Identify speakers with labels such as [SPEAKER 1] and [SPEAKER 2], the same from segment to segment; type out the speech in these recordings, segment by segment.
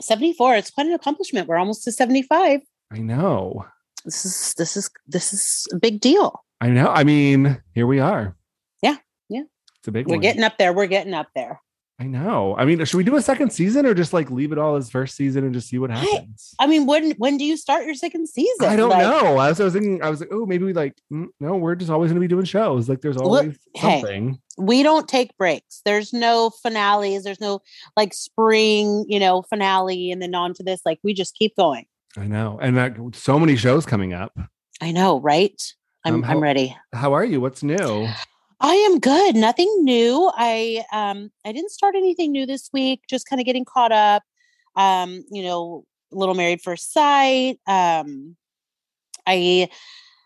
[SPEAKER 1] 74. It's quite an accomplishment. We're almost to 75.
[SPEAKER 2] I know.
[SPEAKER 1] This is this is this is a big deal.
[SPEAKER 2] I know. I mean, here we are.
[SPEAKER 1] Yeah, yeah.
[SPEAKER 2] It's a big
[SPEAKER 1] We're
[SPEAKER 2] one.
[SPEAKER 1] getting up there. We're getting up there.
[SPEAKER 2] I know. I mean, should we do a second season or just like leave it all as first season and just see what
[SPEAKER 1] I-
[SPEAKER 2] happens?
[SPEAKER 1] I mean, when when do you start your second season?
[SPEAKER 2] I don't
[SPEAKER 1] Like,
[SPEAKER 2] know. I was, I was thinking, I was like, oh, maybe we like, mm, no, we're just always going to be doing shows. Like, there's
[SPEAKER 1] Look,
[SPEAKER 2] always
[SPEAKER 1] hey.
[SPEAKER 2] something.
[SPEAKER 1] We don't take breaks. There's no finales. There's no like spring, you know, finale and then on to this. Like we just keep going.
[SPEAKER 2] I know. And that, so many shows coming up.
[SPEAKER 1] I know, right? I'm
[SPEAKER 2] Um,
[SPEAKER 1] I'm
[SPEAKER 2] how-
[SPEAKER 1] ready.
[SPEAKER 2] How are you? What's new?
[SPEAKER 1] I am good. Nothing new. I um I didn't start anything new this week. Just kind of getting caught up. Um, you know, little married first sight. Um I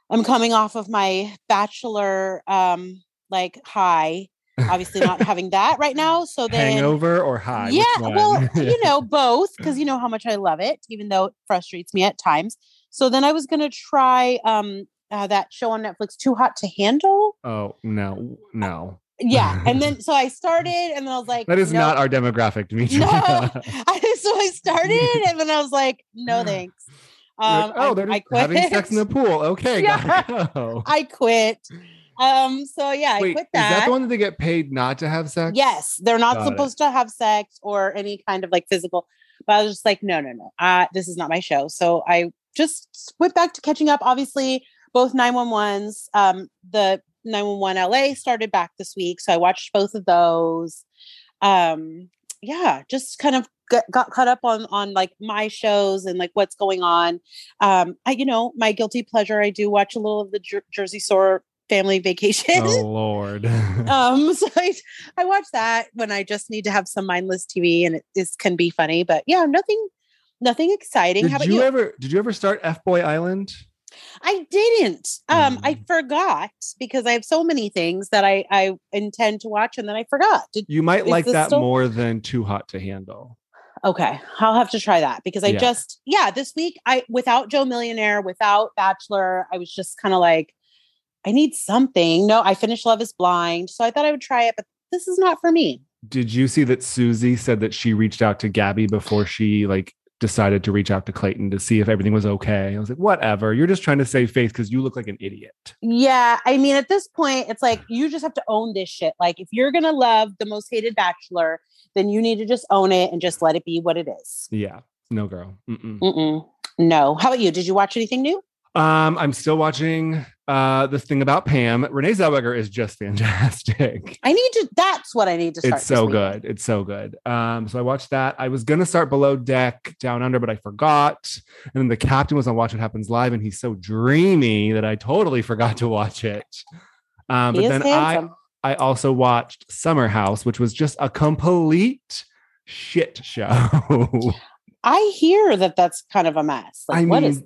[SPEAKER 1] I'm coming off of my bachelor um like high. Obviously not having that right now. So then
[SPEAKER 2] Hangover or high? Which
[SPEAKER 1] yeah, well,
[SPEAKER 2] one?
[SPEAKER 1] you know, both because you know how much I love it, even though it frustrates me at times. So then I was gonna try um uh, that show on Netflix, Too Hot to Handle.
[SPEAKER 2] oh, no, no.
[SPEAKER 1] Yeah. And then so I started and then I was like,
[SPEAKER 2] That is
[SPEAKER 1] no.
[SPEAKER 2] not our demographic, Dimitri.
[SPEAKER 1] No. I, so I started and then I was like, no thanks.
[SPEAKER 2] You're
[SPEAKER 1] Um
[SPEAKER 2] like, oh,
[SPEAKER 1] I,
[SPEAKER 2] they're
[SPEAKER 1] I
[SPEAKER 2] just
[SPEAKER 1] quit.
[SPEAKER 2] having sex in the pool. Okay,
[SPEAKER 1] Yeah.
[SPEAKER 2] gotta go.
[SPEAKER 1] I quit. Um so yeah, I
[SPEAKER 2] Wait,
[SPEAKER 1] quit
[SPEAKER 2] is
[SPEAKER 1] that.
[SPEAKER 2] that the one that they get paid not to have sex?
[SPEAKER 1] Yes, they're not
[SPEAKER 2] Got it.
[SPEAKER 1] supposed to have sex or any kind of like physical. But I was just like, no, no, no. Uh, this is not my show. So I just went back to catching up. Obviously, both 911s, um, the 911 LA started back this week. So I watched both of those. Um, yeah, just kind of got, got caught up on on like my shows and like what's going on. Um, I, you know, my guilty pleasure, I do watch a little of the Jer- Jersey Shore family vacation
[SPEAKER 2] Oh Lord.
[SPEAKER 1] um so I, I watch that when i just need to have some mindless tv and it is can be funny but yeah nothing nothing exciting how
[SPEAKER 2] did
[SPEAKER 1] about
[SPEAKER 2] you,
[SPEAKER 1] you,
[SPEAKER 2] ever did you ever start F Boy Island?
[SPEAKER 1] i didn't um i
[SPEAKER 2] Mm.
[SPEAKER 1] forgot because i have so many things that i i intend to watch and then i forgot did,
[SPEAKER 2] You might
[SPEAKER 1] Is
[SPEAKER 2] like
[SPEAKER 1] this
[SPEAKER 2] that
[SPEAKER 1] still-
[SPEAKER 2] more than too hot to handle.
[SPEAKER 1] okay i'll have to try that because i
[SPEAKER 2] Yeah.
[SPEAKER 1] just yeah this week i without joe millionaire without bachelor i was just kind of like i need something no i finished love is blind so i thought i would try it but this is not for me
[SPEAKER 2] Did you see that Susie said that she reached out to Gabby before she like decided to reach out to Clayton to see if everything was okay? I was like, whatever. You're just trying to save face because you look like an idiot.
[SPEAKER 1] Yeah, I mean, at this point, it's like you just have to own this shit. Like, if you're gonna love the most hated bachelor, then you need to just own it and just let it be what it is.
[SPEAKER 2] Yeah. No girl. Mm-mm.
[SPEAKER 1] Mm-mm. No. How about you? Did you watch anything new?
[SPEAKER 2] Um, I'm still watching uh this thing about Pam. Renee Zellweger is just fantastic.
[SPEAKER 1] I need to. That's what I need to start.
[SPEAKER 2] It's so
[SPEAKER 1] this weekend.
[SPEAKER 2] good. It's so good. Um, so I watched that. I was gonna start Below Deck Down Under, but I forgot. And then the captain was on Watch What Happens Live, and he's so dreamy that I totally forgot to watch it. Um,
[SPEAKER 1] He
[SPEAKER 2] but
[SPEAKER 1] is
[SPEAKER 2] then I
[SPEAKER 1] handsome.
[SPEAKER 2] I also watched Summer House, which was just a complete shit show.
[SPEAKER 1] I, hear that that's kind of a mess. Like,
[SPEAKER 2] I
[SPEAKER 1] what
[SPEAKER 2] mean,
[SPEAKER 1] is?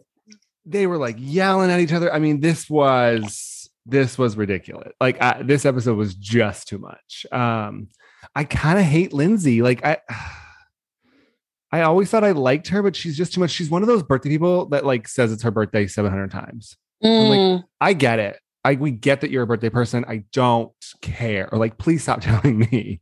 [SPEAKER 2] they were like yelling at each other. I mean, this was this was ridiculous. Like I, this episode was just too much. Um, I kind of hate Lindsay. Like I, I always thought I liked her, but she's just too much. She's one of those birthday people that like says it's her birthday seven hundred times. like,
[SPEAKER 1] Mm,
[SPEAKER 2] I get it. I we get that you're a birthday person. I don't care. Or like, please stop telling me.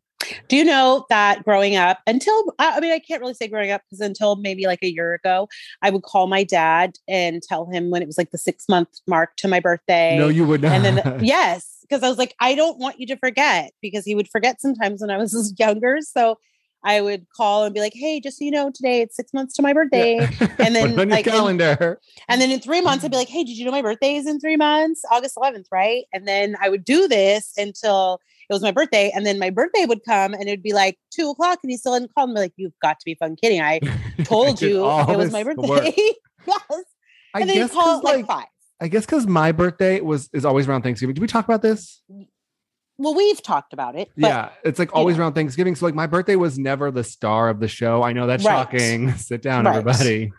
[SPEAKER 1] Do you know that growing up, until I I mean, I can't really say growing up because until maybe like a year ago, I would call my dad and tell him when it was like the six month mark to my birthday.
[SPEAKER 2] No, you would not.
[SPEAKER 1] and then yes because i was like i don't want you to forget because he would forget sometimes when i was younger so i would call and be like hey just so you know today it's six months to my birthday and
[SPEAKER 2] Put
[SPEAKER 1] then,
[SPEAKER 2] it on your
[SPEAKER 1] like, in-
[SPEAKER 2] calendar.
[SPEAKER 1] and then in three months i'd
[SPEAKER 2] Mm-hmm.
[SPEAKER 1] be like hey did you know my birthday is in three months august 11th right and then i would do this until it was my birthday and then my birthday would come and it'd be like two o'clock and he still hadn't called me like you've got to be fucking kidding i told
[SPEAKER 2] did
[SPEAKER 1] you
[SPEAKER 2] all
[SPEAKER 1] it was
[SPEAKER 2] this
[SPEAKER 1] my
[SPEAKER 2] work.
[SPEAKER 1] birthday yes
[SPEAKER 2] I
[SPEAKER 1] and then he
[SPEAKER 2] guess 'cause,
[SPEAKER 1] called like,
[SPEAKER 2] like
[SPEAKER 1] five
[SPEAKER 2] I guess because my birthday was is always around Thanksgiving. Did we talk about this?
[SPEAKER 1] well, we've talked about it. But
[SPEAKER 2] yeah, it's like always
[SPEAKER 1] know.
[SPEAKER 2] around Thanksgiving. So like my birthday was never the star of the show. I know that's
[SPEAKER 1] Right.
[SPEAKER 2] shocking. Sit down,
[SPEAKER 1] Right.
[SPEAKER 2] everybody.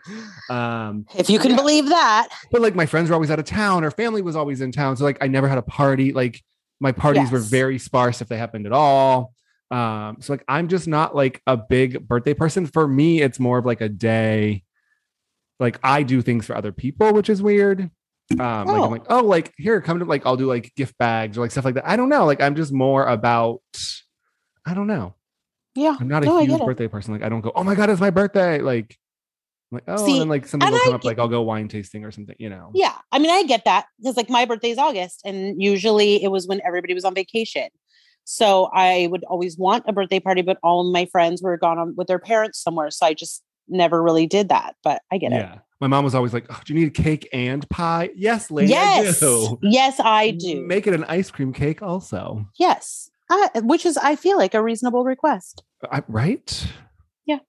[SPEAKER 2] Um,
[SPEAKER 1] If you can
[SPEAKER 2] Yeah.
[SPEAKER 1] believe that,
[SPEAKER 2] but like my friends were always out of town, or family was always in town. So like I never had a party. Like my parties were
[SPEAKER 1] Yes.
[SPEAKER 2] very sparse if they happened at all. Um, so like I'm just not like a big birthday person. For me, it's more of like a day. Like I do things for other people, which is weird. Um, like
[SPEAKER 1] Oh.
[SPEAKER 2] I'm like, oh, like here, come to like I'll do like gift bags or like stuff like that. I don't know. Like I'm just more about, I don't know.
[SPEAKER 1] yeah.
[SPEAKER 2] I'm not a
[SPEAKER 1] No, I get
[SPEAKER 2] huge
[SPEAKER 1] it.
[SPEAKER 2] birthday person. Like I don't go, oh my god, it's my birthday. Like, I'm like oh,
[SPEAKER 1] See,
[SPEAKER 2] and then like something
[SPEAKER 1] and
[SPEAKER 2] will come
[SPEAKER 1] I
[SPEAKER 2] up, like I'll go wine tasting or something, you know.
[SPEAKER 1] Yeah. I mean, I get that because like my birthday's August and usually it was when everybody was on vacation. So I would always want a birthday party, but all of my friends were gone on with their parents somewhere. So I just never really did that, but I get it.
[SPEAKER 2] yeah. My mom was always like, oh, do you need cake and pie? Yes, lady.
[SPEAKER 1] yes.
[SPEAKER 2] I do.
[SPEAKER 1] Yes, I do.
[SPEAKER 2] Make it an ice cream cake also.
[SPEAKER 1] yes. I, which is, I feel like a reasonable request.
[SPEAKER 2] I- right?
[SPEAKER 1] Yeah.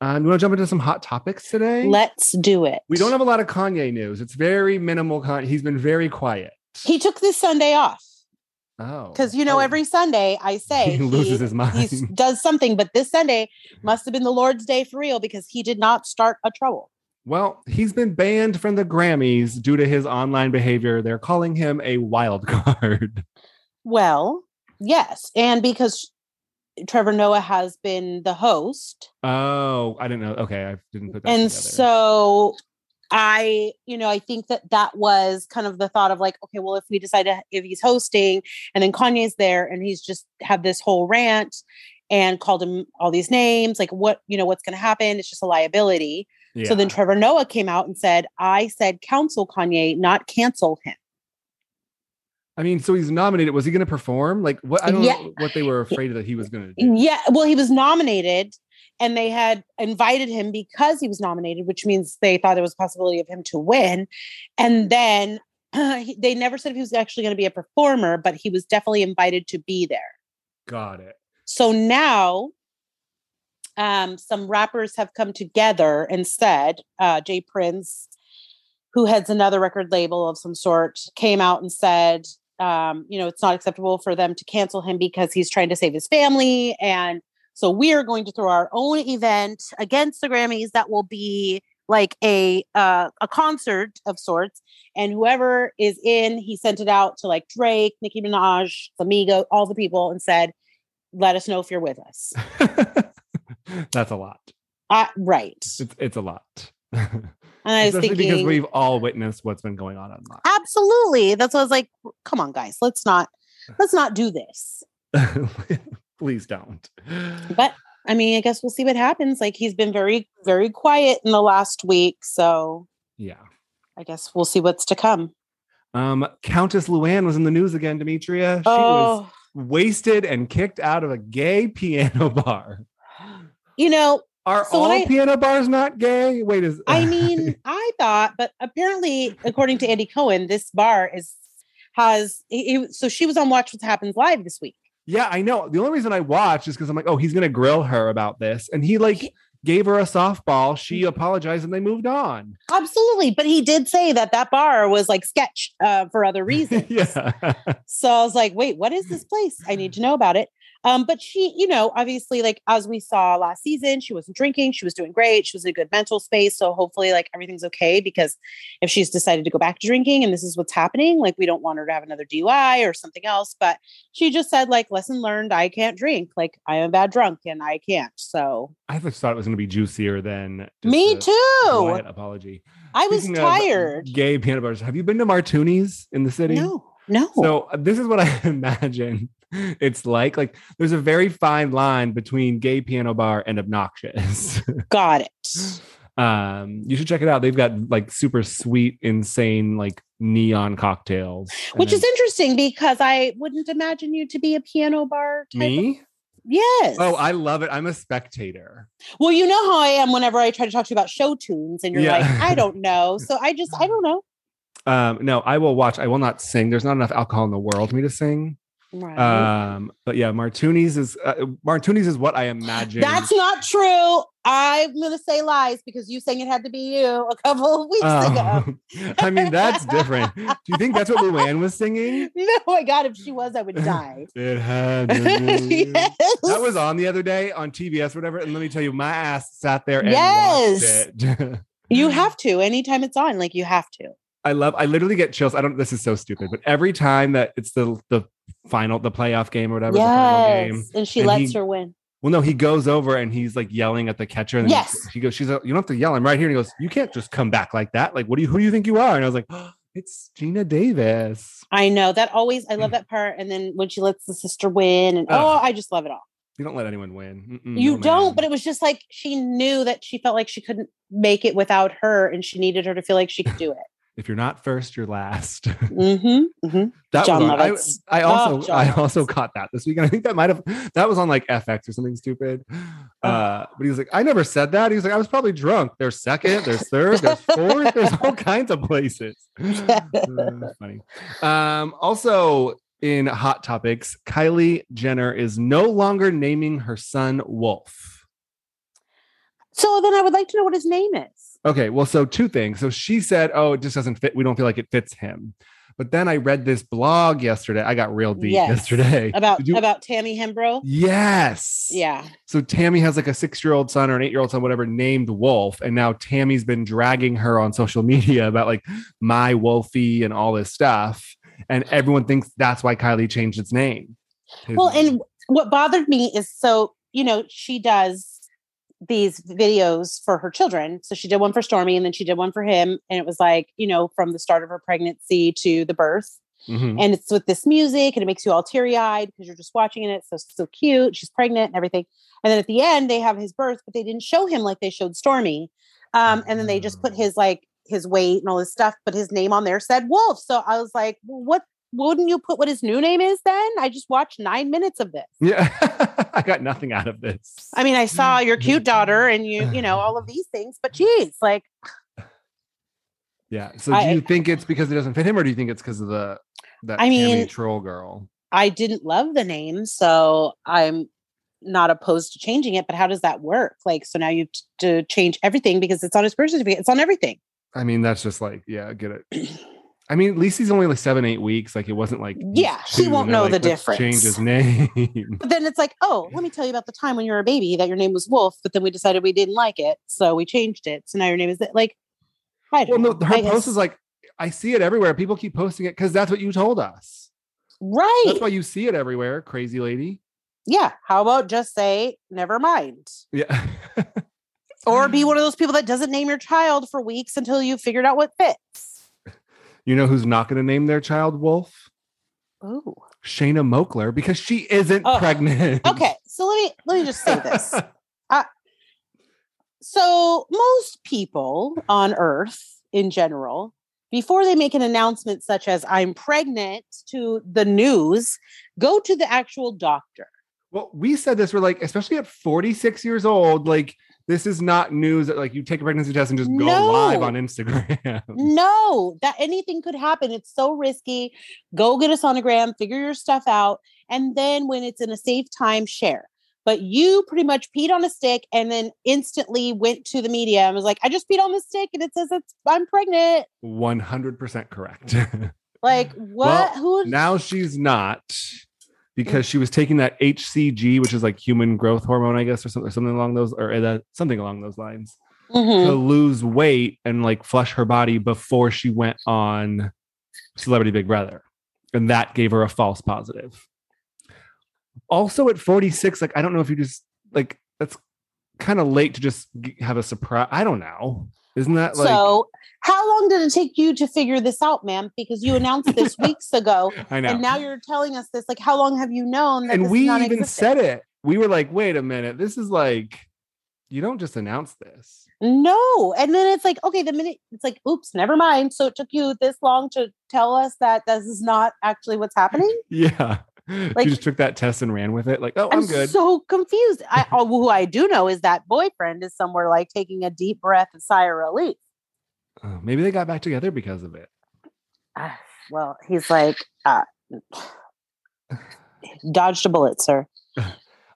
[SPEAKER 2] Um, you want to jump into some hot topics today?
[SPEAKER 1] Let's do it.
[SPEAKER 2] we don't have a lot of Kanye news. It's very minimal. Con- He's been very quiet.
[SPEAKER 1] He took this Sunday off
[SPEAKER 2] Oh.
[SPEAKER 1] because, you know,
[SPEAKER 2] Oh.
[SPEAKER 1] every Sunday I say
[SPEAKER 2] he loses his mind.
[SPEAKER 1] he does something, but this Sunday must have been the Lord's day for real because he did not start a trouble.
[SPEAKER 2] Well, he's been banned from the Grammys due to his online behavior. They're calling him a wild card.
[SPEAKER 1] Well, yes. And because Trevor Noah has been the host.
[SPEAKER 2] Oh, I didn't know. Okay, I didn't put that.
[SPEAKER 1] and
[SPEAKER 2] together.
[SPEAKER 1] so I, you know, I think that that was kind of the thought of like, okay, well, if we decide to, if he's hosting and then Kanye's there and he's just had this whole rant and called him all these names, like what, you know, what's going to happen? It's just a liability. So then
[SPEAKER 2] Yeah.
[SPEAKER 1] Trevor Noah came out and said, I said, counsel Kanye, not cancel him.
[SPEAKER 2] I mean, so he's nominated. Was he going to perform? Like, what? I don't
[SPEAKER 1] Yeah.
[SPEAKER 2] know what they were afraid that he was going to do.
[SPEAKER 1] Yeah, well, he was nominated and they had invited him because he was nominated, which means they thought there was a possibility of him to win. And then he- they never said if he was actually going to be a performer, but he was definitely invited to be there.
[SPEAKER 2] Got it.
[SPEAKER 1] So now um, some rappers have come together and said, uh, Jay Prince, who heads another record label of some sort, came out and said, um, you know, it's not acceptable for them to cancel him because he's trying to save his family. And so we are going to throw our own event against the Grammys that will be like a uh, a concert of sorts. And whoever is in, he sent it out to like Drake, Nicki Minaj, Amigo, all the people, and said, "Let us know if you're with us."
[SPEAKER 2] That's a lot.
[SPEAKER 1] Uh, right.
[SPEAKER 2] It's, it's a lot.
[SPEAKER 1] And I was
[SPEAKER 2] Especially because
[SPEAKER 1] thinking,
[SPEAKER 2] we've all witnessed what's been going on online.
[SPEAKER 1] absolutely. That's what I was like. Come on, guys. Let's not. Let's not do this.
[SPEAKER 2] Please don't.
[SPEAKER 1] But I mean, I guess we'll see what happens. Like he's been very, very quiet in the last week, so
[SPEAKER 2] yeah.
[SPEAKER 1] I guess we'll see what's to come.
[SPEAKER 2] Um, Countess Luann was in the news again, Demetria. She was
[SPEAKER 1] oh,
[SPEAKER 2] wasted and kicked out of a gay piano bar.
[SPEAKER 1] you know,
[SPEAKER 2] Are
[SPEAKER 1] So
[SPEAKER 2] all
[SPEAKER 1] when I-
[SPEAKER 2] piano bars not gay? Wait, is
[SPEAKER 1] I mean, I thought, but apparently, according to Andy Cohen, this bar is has. He, he- so she was on Watch What Happens Live this week.
[SPEAKER 2] yeah, I know. The only reason I watched is because I'm like, oh, he's gonna grill her about this, and he like gave her a softball.
[SPEAKER 1] Mm-hmm.
[SPEAKER 2] She apologized, and they moved on.
[SPEAKER 1] Absolutely, but he did say that that bar was like sketch uh, for other reasons.
[SPEAKER 2] yeah,
[SPEAKER 1] So I was like, wait, what is this place? I need to know about it. Um, but she, you know, obviously, like as we saw last season, she wasn't drinking, she was doing great, she was in a good mental space. So hopefully, like everything's okay because if she's decided to go back to drinking and this is what's happening, like we don't want her to have another DUI or something else. But she just said, like, lesson learned, I can't drink, like I am a bad drunk and I can't. So
[SPEAKER 2] I just thought it was gonna be juicier than just
[SPEAKER 1] me
[SPEAKER 2] a
[SPEAKER 1] too.
[SPEAKER 2] polite apology.
[SPEAKER 1] I was
[SPEAKER 2] Speaking of
[SPEAKER 1] tired.
[SPEAKER 2] Gay piano bars. Have you been to Martuni's in the city?
[SPEAKER 1] No, no.
[SPEAKER 2] So uh, this is what I imagine it's like. Like there's a very fine line between gay piano bar and obnoxious.
[SPEAKER 1] Got it.
[SPEAKER 2] um you should check it out they've got like super sweet insane like neon cocktails And
[SPEAKER 1] Which is
[SPEAKER 2] then-
[SPEAKER 1] interesting because I wouldn't imagine you to be a piano bar type of
[SPEAKER 2] me
[SPEAKER 1] Yes.
[SPEAKER 2] oh i love it i'm a spectator
[SPEAKER 1] well, you know how I am whenever I try to talk to you about show tunes and you're
[SPEAKER 2] Yeah.
[SPEAKER 1] like, I don't know. So I just, I don't know.
[SPEAKER 2] um no i will watch i will not sing there's not enough alcohol in the world for me to sing
[SPEAKER 1] Right.
[SPEAKER 2] Uh, um but yeah martuni's is uh, martuni's is what i imagine
[SPEAKER 1] That's not true. I'm gonna say lies because you saying it had to be you a couple of weeks ago.
[SPEAKER 2] Um, I mean, that's different. Do you think that's what Luann was singing?
[SPEAKER 1] No, my God, if she was, I would die.
[SPEAKER 2] It had. to be you.
[SPEAKER 1] yes.
[SPEAKER 2] Mm-hmm. That was on the other day on TBS, whatever. And let me tell you, my ass sat there and
[SPEAKER 1] Yes.
[SPEAKER 2] watched it.
[SPEAKER 1] You have to anytime it's on, like you have to.
[SPEAKER 2] I love. I literally get chills. I don't. This is so stupid, but every time that it's the the final, the playoff game or whatever, the final game.
[SPEAKER 1] Yes, and she
[SPEAKER 2] And
[SPEAKER 1] lets
[SPEAKER 2] he-
[SPEAKER 1] her win.
[SPEAKER 2] Well, no, he goes over and he's like yelling at the catcher. And then
[SPEAKER 1] Yes.
[SPEAKER 2] he, he goes. She's like, you don't have to yell. I'm right here. And he goes, you can't just come back like that. Like, what do you? Who do you think you are? And I was like, it's Gina Davis.
[SPEAKER 1] I know that always. I love that part. And then when she lets the sister win, and oh,
[SPEAKER 2] Mm. Ugh. Mm, oh
[SPEAKER 1] I just love it all.
[SPEAKER 2] You don't let anyone win. Mm-mm,
[SPEAKER 1] you
[SPEAKER 2] no,
[SPEAKER 1] don't,
[SPEAKER 2] ma'am.
[SPEAKER 1] but it was just like she knew that she felt like she couldn't make it without her, and she needed her to feel like she could do it.
[SPEAKER 2] if you're not first, you're last.
[SPEAKER 1] mm-hmm, mm-hmm.
[SPEAKER 2] That
[SPEAKER 1] John
[SPEAKER 2] was on, I,
[SPEAKER 1] Lovitz.
[SPEAKER 2] I
[SPEAKER 1] Oh,
[SPEAKER 2] also
[SPEAKER 1] John
[SPEAKER 2] I
[SPEAKER 1] Lovitz.
[SPEAKER 2] also caught that this weekend. I think that might have that was on like FX or something stupid.
[SPEAKER 1] Oh.
[SPEAKER 2] Uh, but he was like, I never said that. He was like, I was probably drunk. There's second, there's third, there's fourth, there's all kinds of places. Uh, funny. Um, also in hot topics, Kylie Jenner is no longer naming her son Wolf.
[SPEAKER 1] So then I would like to know what his name is.
[SPEAKER 2] Okay, well, so two things. So she said, Oh, it just doesn't fit. We don't feel like it fits him. But then I read this blog yesterday. I got real deep
[SPEAKER 1] Yes.
[SPEAKER 2] yesterday.
[SPEAKER 1] About
[SPEAKER 2] Did you-
[SPEAKER 1] about Tammy Hembro.
[SPEAKER 2] Yes.
[SPEAKER 1] Yeah.
[SPEAKER 2] So Tammy has like a six year old son or an eight year old son, whatever, named Wolf. And now Tammy's been dragging her on social media about like my Wolfie and all this stuff. And everyone thinks that's why Kylie changed its name. His
[SPEAKER 1] Well,
[SPEAKER 2] name.
[SPEAKER 1] and what bothered me is so, you know, she does these videos for her children. So she did one for Stormy and then she did one for him. And it was like, you know, from the start of her pregnancy to the birth.
[SPEAKER 2] Mhm.
[SPEAKER 1] And it's with this music and it makes you all teary eyed because you're just watching it. It's so, so cute. She's pregnant and everything. And then at the end, they have his birth, but they didn't show him like they showed Stormy. Um, and then they just put
[SPEAKER 2] Oh.
[SPEAKER 1] his like his weight and all this stuff, but his name on there said Wolf. So I was like, well, what? Wouldn't you put what his new name is then? I just watched nine minutes of this.
[SPEAKER 2] yeah, I got nothing out of this.
[SPEAKER 1] I mean, I saw your cute daughter and you, you know, all of these things, but geez, like
[SPEAKER 2] yeah. So do
[SPEAKER 1] I-
[SPEAKER 2] you think it's because it doesn't fit him or do you think it's because of the, that
[SPEAKER 1] I
[SPEAKER 2] Tammy
[SPEAKER 1] mean-
[SPEAKER 2] troll girl?
[SPEAKER 1] I didn't love the name, so I'm not opposed to changing it. But how does that work? Like, so now you have t- to change everything because it's on his birth certificate. It's on everything.
[SPEAKER 2] I mean, that's just like, yeah, get it. I mean, at least he's only like seven, eight weeks. Like it wasn't like he's
[SPEAKER 1] Yeah, he
[SPEAKER 2] two,
[SPEAKER 1] won't
[SPEAKER 2] and they're
[SPEAKER 1] know the
[SPEAKER 2] "Let's Change his
[SPEAKER 1] difference."
[SPEAKER 2] name.
[SPEAKER 1] But then it's like, oh, let me tell you about the time when you were a baby that your name was Wolf, but then we decided we didn't like it, so we changed it. So now your name is that. Like, I
[SPEAKER 2] well,
[SPEAKER 1] don't
[SPEAKER 2] no,
[SPEAKER 1] know.
[SPEAKER 2] her
[SPEAKER 1] I
[SPEAKER 2] post
[SPEAKER 1] guess-
[SPEAKER 2] is like, I see it everywhere. People keep posting it because that's what you told us.
[SPEAKER 1] right.
[SPEAKER 2] That's why you see it everywhere, crazy lady.
[SPEAKER 1] yeah. How about just say never mind,
[SPEAKER 2] Yeah.
[SPEAKER 1] or
[SPEAKER 2] Mm.
[SPEAKER 1] be one of those people that doesn't name your child for weeks until you figured out what fits.
[SPEAKER 2] You know who's not going to name their child Wolf?
[SPEAKER 1] Ooh.
[SPEAKER 2] Shayna Mokler because she isn't
[SPEAKER 1] Oh,
[SPEAKER 2] pregnant.
[SPEAKER 1] Okay, so let me let me just say this. So, most people on earth in general, before they make an announcement such as I'm pregnant to the news, go to the actual doctor.
[SPEAKER 2] well, we said this. We're like, especially at 46 years old, like, this is not news that, like, you take a pregnancy test and just go
[SPEAKER 1] No.
[SPEAKER 2] live on Instagram.
[SPEAKER 1] No, that anything could happen. It's so risky. Go get a sonogram, figure your stuff out, and then when it's in a safe time, share. But you pretty much peed on a stick and then instantly went to the media and was like, I just peed on the stick and it says it's I'm pregnant.
[SPEAKER 2] 100% correct.
[SPEAKER 1] Like, what? Who?
[SPEAKER 2] now she's not because she was taking that HCG, which is like human growth hormone, I guess, or something, something along those, or that, something along those lines,
[SPEAKER 1] Mhm.
[SPEAKER 2] to lose weight and like flush her body before she went on Celebrity Big Brother, and that gave her a false positive. Also, at forty six, like I don't know if you just like that's kind of late to just g- have a surprise. I don't know, isn't that like?
[SPEAKER 1] so how long did it take you to figure this out ma'am because you announced this weeks ago
[SPEAKER 2] I know.
[SPEAKER 1] and now you're telling us this like how long have you known that
[SPEAKER 2] and
[SPEAKER 1] this
[SPEAKER 2] we
[SPEAKER 1] is not
[SPEAKER 2] even
[SPEAKER 1] existent?
[SPEAKER 2] said it. We were like, wait a minute, this is like, you don't just announce this.
[SPEAKER 1] no and then it's like okay the minute it's like oops never mind so it took you this long to tell us that this is not actually what's happening
[SPEAKER 2] Yeah.
[SPEAKER 1] Like-
[SPEAKER 2] you just took that test and ran with it. Like, oh, I'm, good.
[SPEAKER 1] so confused i oh, who i do know is that boyfriend is somewhere like taking a deep breath and sigh of relief
[SPEAKER 2] Oh, maybe they got back together because of it.
[SPEAKER 1] Ah, well he's like uh, dodged a bullet sir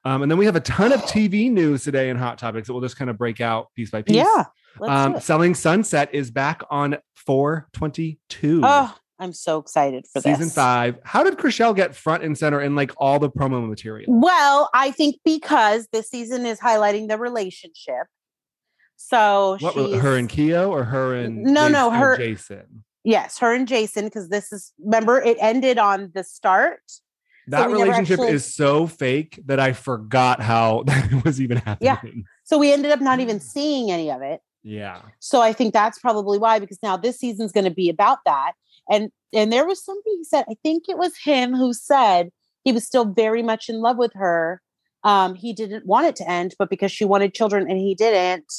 [SPEAKER 2] Um, and then we have a ton of TV news today and hot topics that we'll just kind of break out piece by piece.
[SPEAKER 1] Yeah. Let's do
[SPEAKER 2] Um,
[SPEAKER 1] it.
[SPEAKER 2] Selling Sunset is back on 422.
[SPEAKER 1] Oh, I'm so excited for
[SPEAKER 2] season
[SPEAKER 1] this.
[SPEAKER 2] five. How did Chriselle get front and center in like all the promo material?
[SPEAKER 1] Well, I think because this season is highlighting the relationship. So
[SPEAKER 2] What
[SPEAKER 1] she's,
[SPEAKER 2] were her and Keo or her and
[SPEAKER 1] No, no,
[SPEAKER 2] Jason- or
[SPEAKER 1] her-
[SPEAKER 2] Jason.
[SPEAKER 1] yes, her and Jason, because this is remember it ended on the start.
[SPEAKER 2] That
[SPEAKER 1] we never
[SPEAKER 2] relationship
[SPEAKER 1] actually-
[SPEAKER 2] is so fake that I forgot how that was even happening.
[SPEAKER 1] So we ended up not
[SPEAKER 2] Mm.
[SPEAKER 1] even seeing any of it.
[SPEAKER 2] Yeah.
[SPEAKER 1] So I think that's probably why, because now this season's going to be about that. And and there was somebody who said, I think it was him who said he was still very much in love with her. Um, he didn't want it to end, but because she wanted children and he didn't,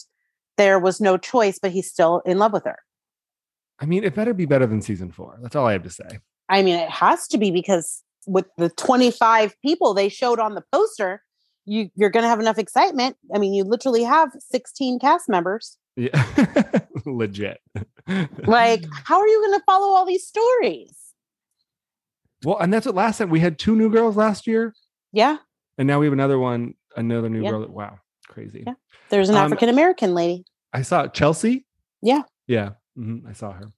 [SPEAKER 1] there was no choice. But he's still in love with her.
[SPEAKER 2] I mean, it better be better than season four. That's all I have to say.
[SPEAKER 1] I mean, it has to be because with the 25 people they showed on the poster, you you're going to have enough excitement. I mean, you literally have 16 cast members.
[SPEAKER 2] Yeah. Legit.
[SPEAKER 1] Like, how are you going to follow all these stories?
[SPEAKER 2] well, and that's what last time we had two new girls last year,
[SPEAKER 1] Yeah.
[SPEAKER 2] and now we have another one, another new
[SPEAKER 1] Yeah.
[SPEAKER 2] girl. Wow. Crazy.
[SPEAKER 1] Yeah. There's an
[SPEAKER 2] Um,
[SPEAKER 1] African American lady.
[SPEAKER 2] I saw Chelsea.
[SPEAKER 1] Yeah.
[SPEAKER 2] Yeah. Mhm, I saw her.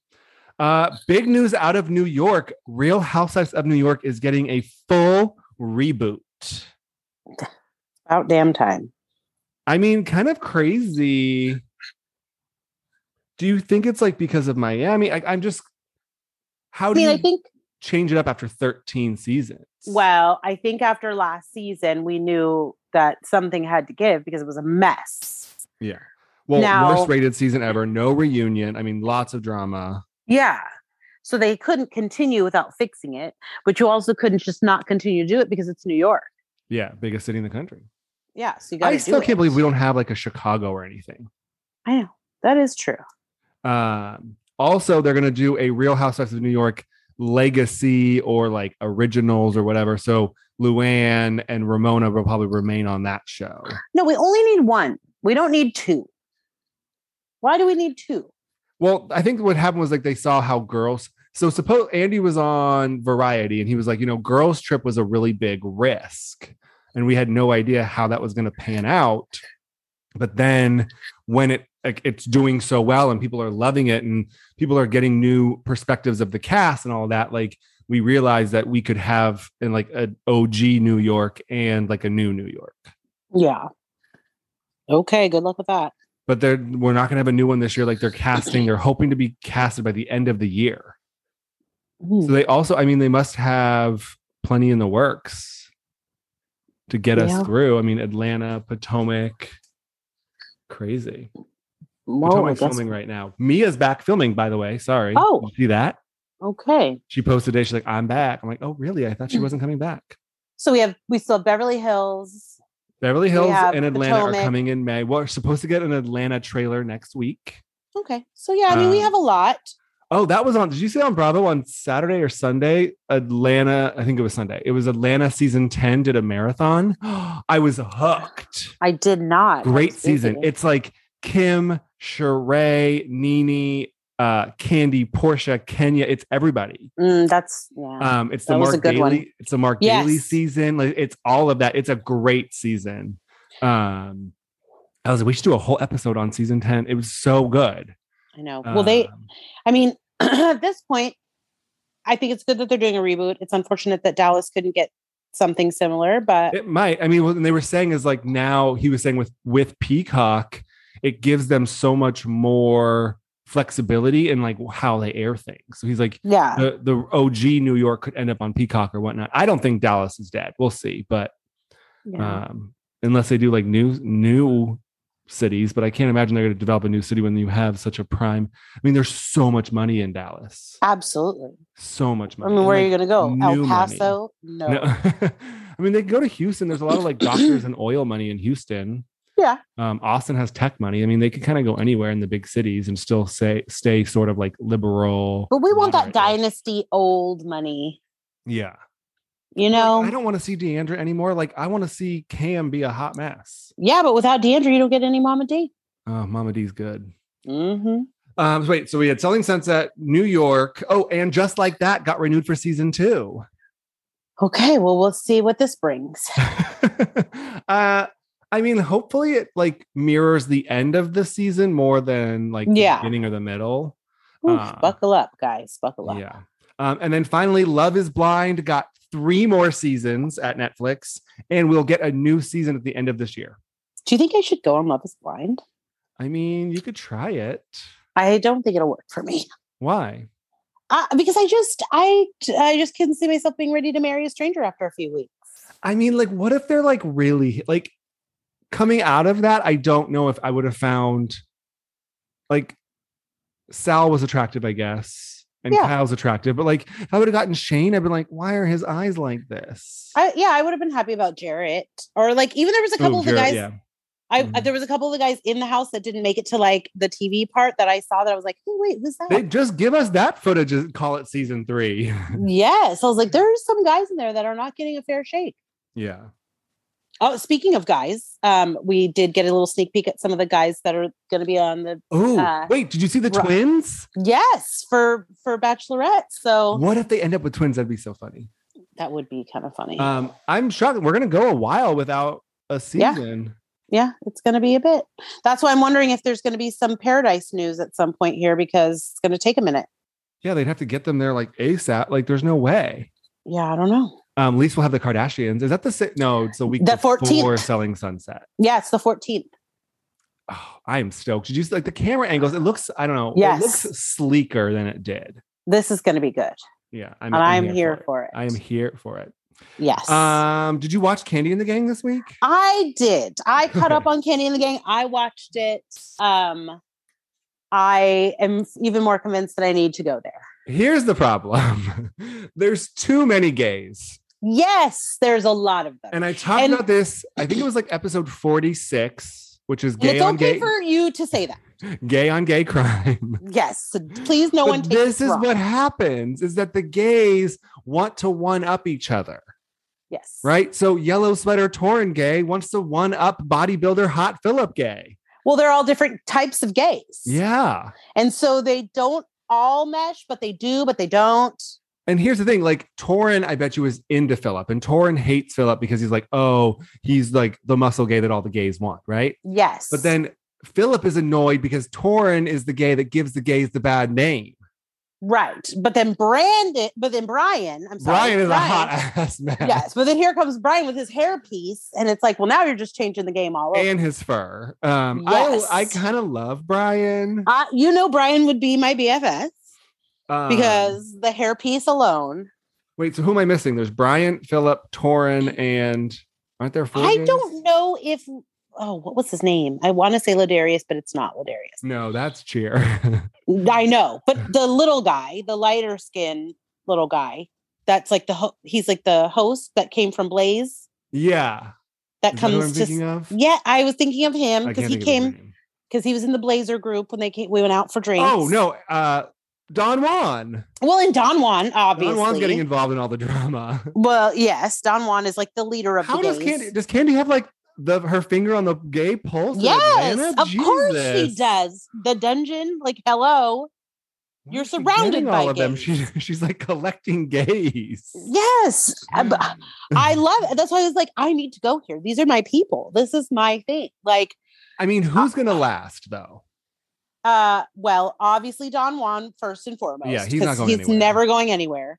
[SPEAKER 2] Uh, big news out of New York Real Housewives of New York is getting a full reboot.
[SPEAKER 1] About damn time.
[SPEAKER 2] I mean, kind of crazy. Do you think it's like because of Miami? I, I'm just, how
[SPEAKER 1] I
[SPEAKER 2] do
[SPEAKER 1] mean,
[SPEAKER 2] you
[SPEAKER 1] I think.
[SPEAKER 2] change it up after 13 seasons?
[SPEAKER 1] Well, I think after last season, we knew that something had to give because it was a mess.
[SPEAKER 2] yeah. Well,
[SPEAKER 1] now-
[SPEAKER 2] worst rated season ever. No reunion. I mean, lots of drama.
[SPEAKER 1] Yeah. So they couldn't continue without fixing it, but you also couldn't just not continue to do it because it's New York.
[SPEAKER 2] Yeah. Biggest city in the country.
[SPEAKER 1] Yeah. So you got
[SPEAKER 2] I
[SPEAKER 1] to do
[SPEAKER 2] still
[SPEAKER 1] it.
[SPEAKER 2] can't believe we don't have like a Chicago or anything.
[SPEAKER 1] I know that is true.
[SPEAKER 2] Um, also, they're going to do a Real Housewives of New York legacy or like originals or whatever. So Luann and Ramona will probably remain on that show.
[SPEAKER 1] No, we only need one. We don't need two. Why do we need two?
[SPEAKER 2] Well, I think what happened was like they saw how girls. So suppose Andy was on Variety and he was like, you know, Girls Trip was a really big risk, and we had no idea how that was going to pan out. But then when it like it's doing so well and people are loving it and people are getting new perspectives of the cast and all that, like we realized that we could have in like an OG New York and like a new New York.
[SPEAKER 1] Yeah. Okay. Good luck with that.
[SPEAKER 2] But they're we're not going to have a new one this year. Like they're casting, they're hoping to be casted by the end of the year.
[SPEAKER 1] Hmm.
[SPEAKER 2] So they also, I mean, they must have plenty in the works to get
[SPEAKER 1] Yeah.
[SPEAKER 2] us through. I mean, Atlanta, Potomac, crazy.
[SPEAKER 1] Well, I
[SPEAKER 2] Potomac's
[SPEAKER 1] guess-
[SPEAKER 2] filming right now. Mia's back filming, by the way. Sorry.
[SPEAKER 1] Oh.
[SPEAKER 2] Did you see that?
[SPEAKER 1] okay.
[SPEAKER 2] She posted today. She's like, "I'm back." I'm like, "Oh, really? I
[SPEAKER 1] Hmm.
[SPEAKER 2] thought she wasn't coming back."
[SPEAKER 1] So we have we still have Beverly Hills.
[SPEAKER 2] Beverly Hills
[SPEAKER 1] have
[SPEAKER 2] and Atlanta
[SPEAKER 1] Potomac.
[SPEAKER 2] are coming in May. We're supposed to get an Atlanta trailer next week.
[SPEAKER 1] Okay. So yeah, I mean we
[SPEAKER 2] Um,
[SPEAKER 1] have a lot.
[SPEAKER 2] Oh, that was on. Did you see on Bravo on Saturday or Sunday? Atlanta, I think it was Sunday. It was Atlanta season 10 did a marathon. I was hooked.
[SPEAKER 1] I did not. I
[SPEAKER 2] Great
[SPEAKER 1] was
[SPEAKER 2] season.
[SPEAKER 1] busy.
[SPEAKER 2] It's like Kim, Sheree, Nini, uh, Candy, Portia, Kenya. It's everybody.
[SPEAKER 1] Mm, that's yeah.
[SPEAKER 2] Um, it's the
[SPEAKER 1] That was a
[SPEAKER 2] Mark
[SPEAKER 1] good one.
[SPEAKER 2] Daily. It's a Mark
[SPEAKER 1] Yes.
[SPEAKER 2] Daily season. Like it's all of that. It's a great season. Um, I was like, we should do a whole episode on season 10. It was so good.
[SPEAKER 1] I know. Well, they.
[SPEAKER 2] Um,
[SPEAKER 1] I mean, at this point, I think it's good that they're doing a reboot. It's unfortunate that Dallas couldn't get something similar, but
[SPEAKER 2] It might. I mean, what they were saying is like now he was saying with with Peacock, it gives them so much more flexibility in like how they air things. So he's like
[SPEAKER 1] yeah,
[SPEAKER 2] the the OG New York could end up on Peacock or whatnot. I don't think Dallas is dead. We'll see, but
[SPEAKER 1] yeah.
[SPEAKER 2] um, unless they do like new new cities, but I can't imagine they're going to develop a new city when you have such a prime. I mean, there's so much money in Dallas,
[SPEAKER 1] absolutely.
[SPEAKER 2] so much
[SPEAKER 1] I
[SPEAKER 2] money.
[SPEAKER 1] mean,
[SPEAKER 2] And,
[SPEAKER 1] where
[SPEAKER 2] like,
[SPEAKER 1] are you going to go? El
[SPEAKER 2] new money.
[SPEAKER 1] Paso? No.
[SPEAKER 2] no. I mean, they go to Houston. There's a lot of like doctors and oil money in Houston.
[SPEAKER 1] Yeah.
[SPEAKER 2] Um, Austin has tech money. I mean, they could kind of go anywhere in the big cities and still say stay sort of like liberal.
[SPEAKER 1] But we want that
[SPEAKER 2] moderate.
[SPEAKER 1] dynasty old money.
[SPEAKER 2] Yeah.
[SPEAKER 1] You
[SPEAKER 2] Like, I
[SPEAKER 1] know.
[SPEAKER 2] don't want to see Deandra anymore. Like, I want to see Cam be a hot mess.
[SPEAKER 1] Yeah, but without DeAndre, you don't get any Mama D.
[SPEAKER 2] Oh, Mama D's good.
[SPEAKER 1] Mm-hmm.
[SPEAKER 2] Um, so wait, so we had Selling Sunset, New York. Oh, and just like that got renewed for season two.
[SPEAKER 1] okay, well, we'll see what this brings.
[SPEAKER 2] uh I mean, hopefully it like mirrors the end of the season more than like the
[SPEAKER 1] Yeah.
[SPEAKER 2] beginning or the middle.
[SPEAKER 1] Oof,
[SPEAKER 2] Uh,
[SPEAKER 1] buckle up, guys. Buckle up.
[SPEAKER 2] Yeah. Um, and then finally, Love is Blind got three more seasons at Netflix, and we'll get a new season at the end of this year.
[SPEAKER 1] Do you think I should go on Love is Blind?
[SPEAKER 2] I mean, you could try it.
[SPEAKER 1] I don't think it'll work for me.
[SPEAKER 2] Why?
[SPEAKER 1] Uh, because I just I I just couldn't see myself being ready to marry a stranger after a few weeks.
[SPEAKER 2] I mean, like, what if they're like really like coming out of that? I don't know if I would have found like Sal was attractive, I guess, and
[SPEAKER 1] Yeah.
[SPEAKER 2] Kyle's attractive, but like if I would have gotten Shane, I've been like, why are his eyes like this?
[SPEAKER 1] I, yeah, I would have been happy about Jarrett or like even there was a couple
[SPEAKER 2] Ooh,
[SPEAKER 1] of the
[SPEAKER 2] Jared,
[SPEAKER 1] guys
[SPEAKER 2] yeah.
[SPEAKER 1] I
[SPEAKER 2] Mhm.
[SPEAKER 1] there was a couple of the guys in the house that didn't make it to like the TV part that I saw that I was like, hey, wait, who's that?
[SPEAKER 2] They just give us that footage and call it season three.
[SPEAKER 1] yes, I was like, there's some guys in there that are not getting a fair shake.
[SPEAKER 2] yeah.
[SPEAKER 1] Oh, speaking of guys, um, we did get a little sneak peek at some of the guys that are going to be on the
[SPEAKER 2] Oh,
[SPEAKER 1] Uh,
[SPEAKER 2] wait, did you see the
[SPEAKER 1] Ro-
[SPEAKER 2] twins?
[SPEAKER 1] yes for for Bachelorette. So
[SPEAKER 2] What if they end up with twins? That'd be so funny.
[SPEAKER 1] that would be kind of funny.
[SPEAKER 2] Um, I'm shocked. We're gonna go a while without a
[SPEAKER 1] Yeah.
[SPEAKER 2] season.
[SPEAKER 1] yeah, it's going to be a bit. That's why I'm wondering if there's going to be some Paradise news at some point here because it's going to take a minute.
[SPEAKER 2] Yeah. they'd have to get them there like ASAP. Like, there's no way.
[SPEAKER 1] Yeah, I don't know.
[SPEAKER 2] Um, at least we'll have the Kardashians. Is that the si- no? It's a week
[SPEAKER 1] The
[SPEAKER 2] before
[SPEAKER 1] 14th.
[SPEAKER 2] Selling Sunset.
[SPEAKER 1] Yeah, it's the 14th.
[SPEAKER 2] Oh, I am stoked. Did you see like the camera angles? It looks. I don't know.
[SPEAKER 1] Yes.
[SPEAKER 2] It looks sleeker than it did.
[SPEAKER 1] This is going to be good.
[SPEAKER 2] Yeah,
[SPEAKER 1] and I'm, Uh, here, for it.
[SPEAKER 2] I am here for it.
[SPEAKER 1] Yes.
[SPEAKER 2] Um, did you watch Candy and the Gang this week?
[SPEAKER 1] I did. I caught up on Candy and the Gang. I watched it. Um, I am even more convinced that I need to go there.
[SPEAKER 2] Here's the problem. There's too many gays.
[SPEAKER 1] Yes, there's a lot of them.
[SPEAKER 2] And I talked
[SPEAKER 1] And-
[SPEAKER 2] about this, I think it was like episode 46, which is
[SPEAKER 1] And
[SPEAKER 2] gay
[SPEAKER 1] it's
[SPEAKER 2] on
[SPEAKER 1] okay
[SPEAKER 2] gay
[SPEAKER 1] for you to say that.
[SPEAKER 2] gay on gay crime.
[SPEAKER 1] Yes. so Please, no
[SPEAKER 2] But
[SPEAKER 1] one takes
[SPEAKER 2] this
[SPEAKER 1] it
[SPEAKER 2] is
[SPEAKER 1] wrong.
[SPEAKER 2] what happens is that the gays want to one up each other,
[SPEAKER 1] Yes.
[SPEAKER 2] right? So yellow sweater Torin gay wants to one up bodybuilder hot Philip gay.
[SPEAKER 1] Well, they're all different types of gays.
[SPEAKER 2] Yeah.
[SPEAKER 1] And so they don't all mesh, but they do, but they don't.
[SPEAKER 2] And here's the thing, like Torin, I bet you is into Philip, and Torin hates Philip because he's like, oh, he's like the muscle gay that all the gays want, right?
[SPEAKER 1] Yes.
[SPEAKER 2] But then Philip is annoyed because Torin is the gay that gives the gays the bad name.
[SPEAKER 1] right. But then Brandon, but then Brian, I'm sorry.
[SPEAKER 2] Brian is a hot ass man.
[SPEAKER 1] yes, but then here comes Brian with his hair piece, and it's like, well, now you're just changing the game all over.
[SPEAKER 2] And his fur. Um,
[SPEAKER 1] Yes.
[SPEAKER 2] I I kind of love Brian
[SPEAKER 1] I, you know, Brian would be my BFS
[SPEAKER 2] um,
[SPEAKER 1] Uh, because the hair piece alone.
[SPEAKER 2] wait, so who am I missing? There's Brian, Philip, Torin, and aren't there four?
[SPEAKER 1] I
[SPEAKER 2] gays?
[SPEAKER 1] don't know if. Oh, what was his name? I want to say Ladarius, but it's not Ladarius.
[SPEAKER 2] No, that's cheer.
[SPEAKER 1] I know, but the little guy, the lighter skin little guy, that's like the ho- he's like the host that came from Blaze
[SPEAKER 2] yeah,
[SPEAKER 1] that
[SPEAKER 2] Is that who I'm
[SPEAKER 1] comes
[SPEAKER 2] thinking
[SPEAKER 1] to.
[SPEAKER 2] of.
[SPEAKER 1] Yeah, I was thinking of him
[SPEAKER 2] I
[SPEAKER 1] because
[SPEAKER 2] can't
[SPEAKER 1] he
[SPEAKER 2] think of his
[SPEAKER 1] came
[SPEAKER 2] name.
[SPEAKER 1] because he was in the Blazer group when they came. We went out for drinks.
[SPEAKER 2] Oh no, uh, Don Juan.
[SPEAKER 1] Well, and Don Juan, obviously.
[SPEAKER 2] Don Juan's getting involved in all the drama.
[SPEAKER 1] well, yes, Don Juan is like the leader of
[SPEAKER 2] How
[SPEAKER 1] the
[SPEAKER 2] does
[SPEAKER 1] gays.
[SPEAKER 2] Candy? Does Candy have like the her finger on the gay pulse? in
[SPEAKER 1] yes,
[SPEAKER 2] Atlanta?
[SPEAKER 1] of course she
[SPEAKER 2] Jesus.
[SPEAKER 1] does. The dungeon, like hello.
[SPEAKER 2] Why
[SPEAKER 1] You're
[SPEAKER 2] is she
[SPEAKER 1] surrounded
[SPEAKER 2] getting
[SPEAKER 1] by
[SPEAKER 2] all of them.
[SPEAKER 1] gays.
[SPEAKER 2] She, she's like collecting gays.
[SPEAKER 1] Yes, I, b- I love it. That's why I was like, I need to go here. These are my people. This is my thing. Like,
[SPEAKER 2] I mean, who's gonna last though?
[SPEAKER 1] uh, well, obviously Don Juan first and foremost.
[SPEAKER 2] Yeah, he's not
[SPEAKER 1] 'cause
[SPEAKER 2] going
[SPEAKER 1] He's
[SPEAKER 2] anywhere.
[SPEAKER 1] never going anywhere.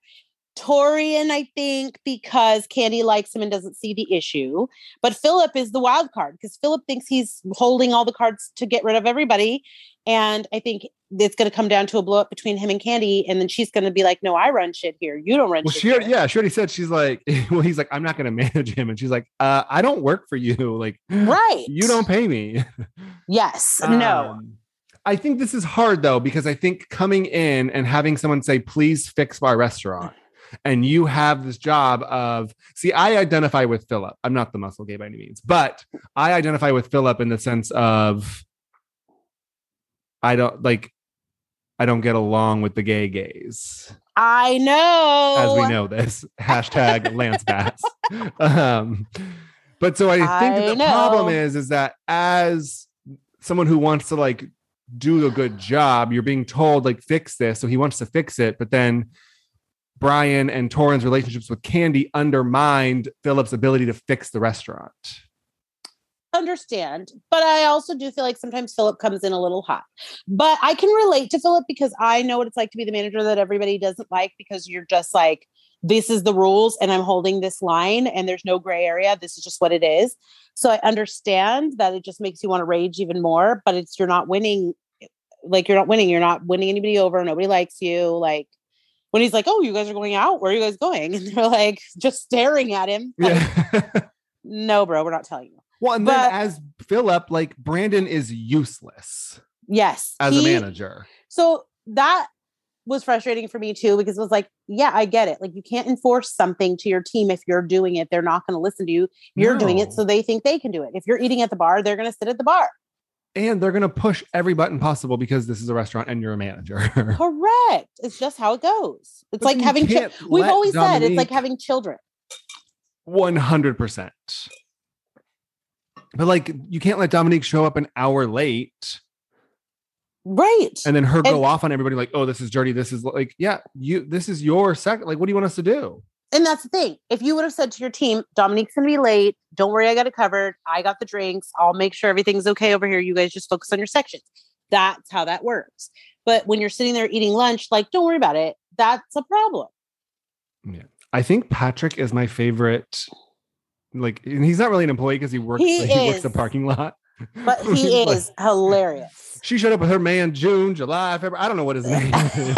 [SPEAKER 1] Torian, I think, because Candy likes him and doesn't see the issue. But Philip is the wild card because Philip thinks he's holding all the cards to get rid of everybody. And I think it's going to come down to a blow up between him and Candy. And then she's going to be like, no, I run shit here. You don't run
[SPEAKER 2] Well,
[SPEAKER 1] shit.
[SPEAKER 2] she already,
[SPEAKER 1] here."
[SPEAKER 2] yeah, she already said she's like, well, he's like, I'm not gonna manage him, and she's like, uh, I don't work for you. Like,
[SPEAKER 1] Right.
[SPEAKER 2] you don't pay me.
[SPEAKER 1] Yes. no.
[SPEAKER 2] Um, I think this is hard though because I think coming in and having someone say, "Please fix my restaurant," and you have this job of see, I identify with Philip. I'm not the muscle gay by any means, but I identify with Philip in the sense of I don't like I don't get along with the gay gays
[SPEAKER 1] I know.
[SPEAKER 2] as we know this hashtag lance bass um but so i think that
[SPEAKER 1] I
[SPEAKER 2] the problem
[SPEAKER 1] know.
[SPEAKER 2] is is that as someone who wants to like do a good job you're being told like fix this so he wants to fix it but then Brian and Torrin's relationships with Candy undermined Philip's ability to fix the restaurant.
[SPEAKER 1] understand, but I also do feel like sometimes Philip comes in a little hot. But I can relate to Philip because I know what it's like to be the manager that everybody doesn't like because you're just like, this is the rules and I'm holding this line and there's no gray area. This is just what it is. So I understand that it just makes you want to rage even more, but it's you're not winning. Like you're not winning. You're not winning anybody over. Nobody likes you. Like when he's like, oh, you guys are going out. Where are you guys going? And they're like just staring at him. Like,
[SPEAKER 2] Yeah.
[SPEAKER 1] No, bro, we're not telling you.
[SPEAKER 2] well, and then
[SPEAKER 1] But-
[SPEAKER 2] as Philip, like Brandon is useless
[SPEAKER 1] Yes.
[SPEAKER 2] as
[SPEAKER 1] he-
[SPEAKER 2] a manager.
[SPEAKER 1] So that was frustrating for me too, because it was like, yeah, I get it. Like you can't enforce something to your team if you're doing it. They're not going to listen to you. You're doing it,
[SPEAKER 2] No.
[SPEAKER 1] so they think they can do it. If you're eating at the bar, they're going to sit at the bar.
[SPEAKER 2] and they're going to push every button possible because this is a restaurant and you're a manager.
[SPEAKER 1] Correct. It's just how it goes. It's
[SPEAKER 2] But
[SPEAKER 1] like
[SPEAKER 2] you
[SPEAKER 1] having. Chi-
[SPEAKER 2] can't
[SPEAKER 1] We've
[SPEAKER 2] let
[SPEAKER 1] always said it's
[SPEAKER 2] Dominique-
[SPEAKER 1] like having children.
[SPEAKER 2] 100%. But like, you can't let Dominique show up an hour late
[SPEAKER 1] Right.
[SPEAKER 2] and then her
[SPEAKER 1] And-
[SPEAKER 2] go off on everybody like, oh, this is dirty. This is like, yeah, you, this is your second. Like, what do you want us to do?
[SPEAKER 1] and that's the thing. If you would have said to your team, Dominique's gonna be late. Don't worry, I got it covered. I got the drinks. I'll make sure everything's okay over here. You guys just focus on your sections. That's how that works. But when you're sitting there eating lunch, like, don't worry about it. That's a problem.
[SPEAKER 2] I think Patrick is my favorite. Like, and he's not really an employee because he works,
[SPEAKER 1] He
[SPEAKER 2] he, works
[SPEAKER 1] is.
[SPEAKER 2] the parking lot.
[SPEAKER 1] But he
[SPEAKER 2] He's like-
[SPEAKER 1] is hilarious.
[SPEAKER 2] She showed up with her man June, July, February. I don't know what his name is.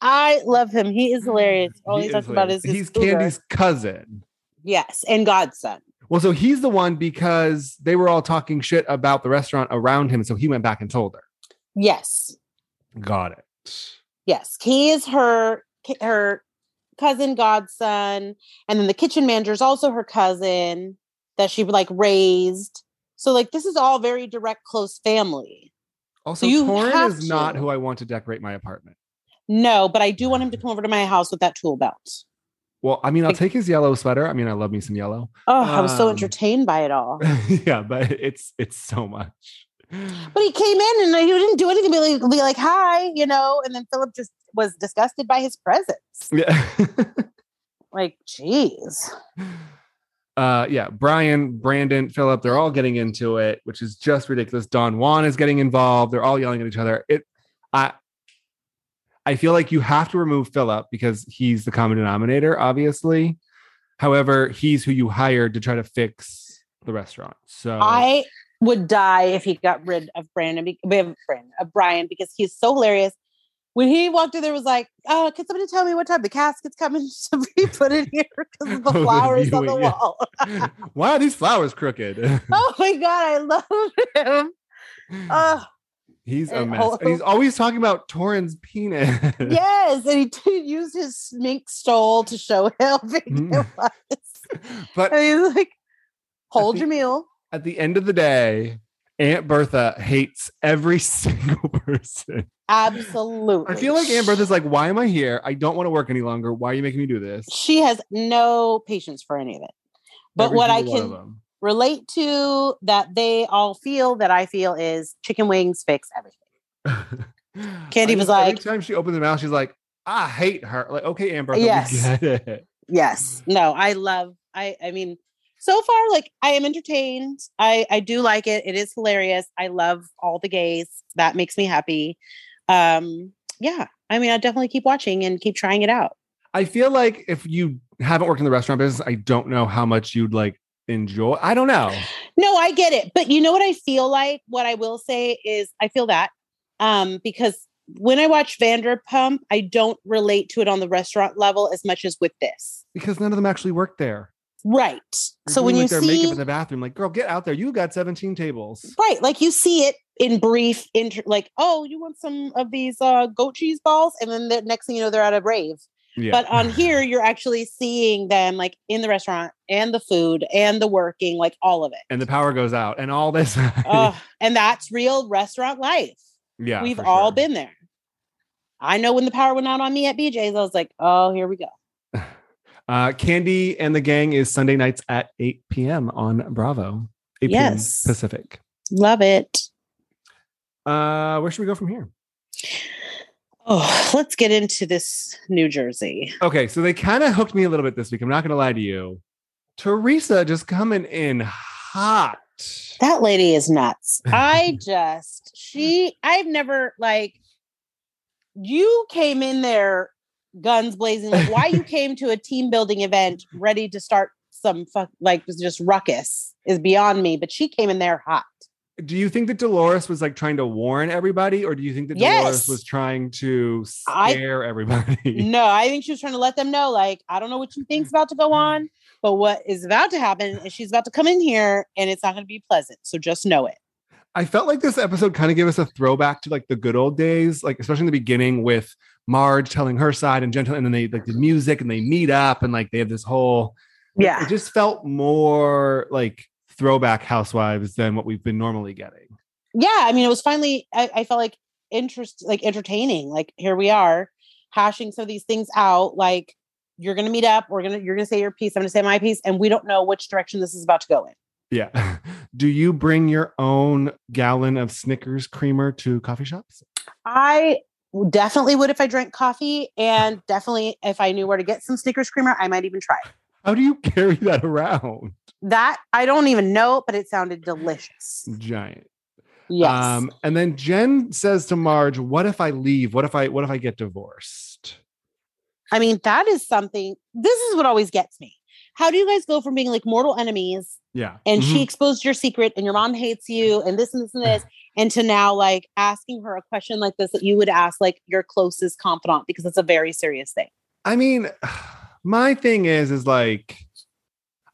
[SPEAKER 1] I love him. He is hilarious. All he,
[SPEAKER 2] He
[SPEAKER 1] talks
[SPEAKER 2] is
[SPEAKER 1] about
[SPEAKER 2] hilarious.
[SPEAKER 1] is his
[SPEAKER 2] he's
[SPEAKER 1] cougar.
[SPEAKER 2] Candy's cousin.
[SPEAKER 1] Yes, and godson.
[SPEAKER 2] Well, so he's the one because they were all talking shit about the restaurant around him. So he went back and told her.
[SPEAKER 1] Yes,
[SPEAKER 2] Got it.
[SPEAKER 1] yes. He is her her cousin godson, and then the kitchen manager is also her cousin that she like raised. So like this is all very direct, close family.
[SPEAKER 2] Also,
[SPEAKER 1] So you
[SPEAKER 2] Torin
[SPEAKER 1] have
[SPEAKER 2] is not
[SPEAKER 1] to.
[SPEAKER 2] who I want to decorate my apartment.
[SPEAKER 1] No, but I do want him to come over to my house with that tool belt.
[SPEAKER 2] Well, I mean, I'll
[SPEAKER 1] Like-
[SPEAKER 2] take his yellow sweater. I mean, I love me some yellow.
[SPEAKER 1] Oh, I was so
[SPEAKER 2] Um,
[SPEAKER 1] entertained by it all.
[SPEAKER 2] yeah, but it's it's so much.
[SPEAKER 1] But he came in and he didn't do anything. But like, be like, "Hi," you know. And then Philip just was disgusted by his presence.
[SPEAKER 2] Yeah.
[SPEAKER 1] Like, jeez.
[SPEAKER 2] Uh yeah, Brian, Brandon, Philip, they're all getting into it, which is just ridiculous. Don Juan is getting involved. They're all yelling at each other. It I I feel like you have to remove Philip because he's the common denominator, obviously. However, he's who you hired to try to fix the restaurant. So
[SPEAKER 1] I would die if he got rid of Brandon, be- be- of Brandon, of Brian, because he's so hilarious. When he walked in there, was like, "Oh, can somebody tell me what time the casket's coming to be put in here because of the
[SPEAKER 2] Oh, the
[SPEAKER 1] flowers on the
[SPEAKER 2] viewing, yeah.
[SPEAKER 1] wall?"
[SPEAKER 2] why are these flowers crooked?
[SPEAKER 1] Oh my god, I love him. Oh
[SPEAKER 2] he's a
[SPEAKER 1] and
[SPEAKER 2] mess. And he's always talking about Torrin's penis.
[SPEAKER 1] yes, and he did use his mink stole to show how big it
[SPEAKER 2] Mm.
[SPEAKER 1] was.
[SPEAKER 2] but
[SPEAKER 1] And he's like, "Hold your
[SPEAKER 2] think-
[SPEAKER 1] meal."
[SPEAKER 2] at the end of the day, Aunt Bertha hates every single person.
[SPEAKER 1] Absolutely.
[SPEAKER 2] I feel like Aunt Bertha's like, why am I here? I don't want to work any longer. Why are you making me do this?
[SPEAKER 1] She has no patience for any of it. But
[SPEAKER 2] Every
[SPEAKER 1] what I
[SPEAKER 2] single one
[SPEAKER 1] can
[SPEAKER 2] of them.
[SPEAKER 1] relate to that they all feel that I feel is chicken wings fix everything. Candy
[SPEAKER 2] I
[SPEAKER 1] was
[SPEAKER 2] just- every
[SPEAKER 1] like-
[SPEAKER 2] time she opens her mouth, she's like, I hate her. Like, okay, Aunt Bertha,
[SPEAKER 1] Yes.
[SPEAKER 2] we get it.
[SPEAKER 1] Yes. No, I love I I mean so far like I am entertained. I I do like it. It is hilarious. I love all the gays. That makes me happy. Um yeah. I mean I definitely keep watching and keep trying it out.
[SPEAKER 2] I feel like if you haven't worked in the restaurant business, I don't know how much you'd like enjoy. I don't know.
[SPEAKER 1] No, I get it. But you know what I feel like? What I will say is I feel that um because when I watch Vanderpump, I don't relate to it on the restaurant level as much as with this.
[SPEAKER 2] Because none of them actually work there.
[SPEAKER 1] Right.
[SPEAKER 2] They're
[SPEAKER 1] so
[SPEAKER 2] doing,
[SPEAKER 1] when you
[SPEAKER 2] like, their makeup
[SPEAKER 1] see
[SPEAKER 2] in the bathroom, like, girl, get out there. You got 17 tables.
[SPEAKER 1] right, like you see it in brief, inter- like oh, you want some of these uh, goat cheese balls, and then the next thing you know, they're at a rave.
[SPEAKER 2] Yeah.
[SPEAKER 1] But on here, you're actually seeing them like in the restaurant and the food and the working, like all of it.
[SPEAKER 2] and the power goes out and all this.
[SPEAKER 1] Ugh, and that's real restaurant life.
[SPEAKER 2] yeah,
[SPEAKER 1] Uh, We've
[SPEAKER 2] for
[SPEAKER 1] all
[SPEAKER 2] sure.
[SPEAKER 1] been there. I know when the power went out on me at BJ's, I was like, oh, here we go.
[SPEAKER 2] Uh, Candy and the Gang is Sunday nights at 8 p.m. on Bravo. 8 p.m.
[SPEAKER 1] Yes.
[SPEAKER 2] Pacific.
[SPEAKER 1] Love it.
[SPEAKER 2] Uh, where should we go from here?
[SPEAKER 1] Oh, let's get into this New Jersey.
[SPEAKER 2] Okay, so they kind of hooked me a little bit this week. I'm not going to lie to you. Teresa just coming in hot.
[SPEAKER 1] That lady is nuts. I just, she, I've never like, you came in there guns blazing. Like, why you came to a team building event ready to start some fuck, like, was just ruckus is beyond me. But she came in there hot.
[SPEAKER 2] Do you think that Dolores was like trying to warn everybody, or do you think that
[SPEAKER 1] Yes.
[SPEAKER 2] Dolores was trying to
[SPEAKER 1] I-
[SPEAKER 2] scare everybody?
[SPEAKER 1] No, I think she was trying to let them know, like, I don't know what you think's about to go on, but what is about to happen is she's about to come in here and it's not going to be pleasant. So just know it.
[SPEAKER 2] I felt like this episode kind of gave us a throwback to like the good old days, like especially in the beginning with Marge telling her side and Gentle, and then they like the music and they meet up and like they have this whole. It just felt more like throwback Housewives than what we've been normally getting.
[SPEAKER 1] Yeah. I mean, it was finally, I, I felt like interest, like entertaining. Like, here we are hashing some of these things out. Like, you're going to meet up. We're going to, you're going to say your piece. I'm going to say my piece. And we don't know which direction this is about to go in.
[SPEAKER 2] Yeah. Do you bring your own gallon of Snickers creamer to coffee shops?
[SPEAKER 1] I definitely would if I drank coffee and definitely if I knew where to get some Snickers creamer, I might even try it.
[SPEAKER 2] How do you carry that around?
[SPEAKER 1] That I don't even know, but it sounded delicious.
[SPEAKER 2] Mm, Giant. Um,
[SPEAKER 1] Yes.
[SPEAKER 2] and then Jen says to Marge, "What if I leave? What if I what if I get divorced?"
[SPEAKER 1] I mean, that is something. This is what always gets me. How do you guys go from being like mortal enemies
[SPEAKER 2] Yeah.
[SPEAKER 1] and
[SPEAKER 2] Mhm.
[SPEAKER 1] she exposed your secret and your mom hates you and this and this and this and to now like asking her a question like this that you would ask like your closest confidant because it's a very serious thing.
[SPEAKER 2] I mean, my thing is, is like,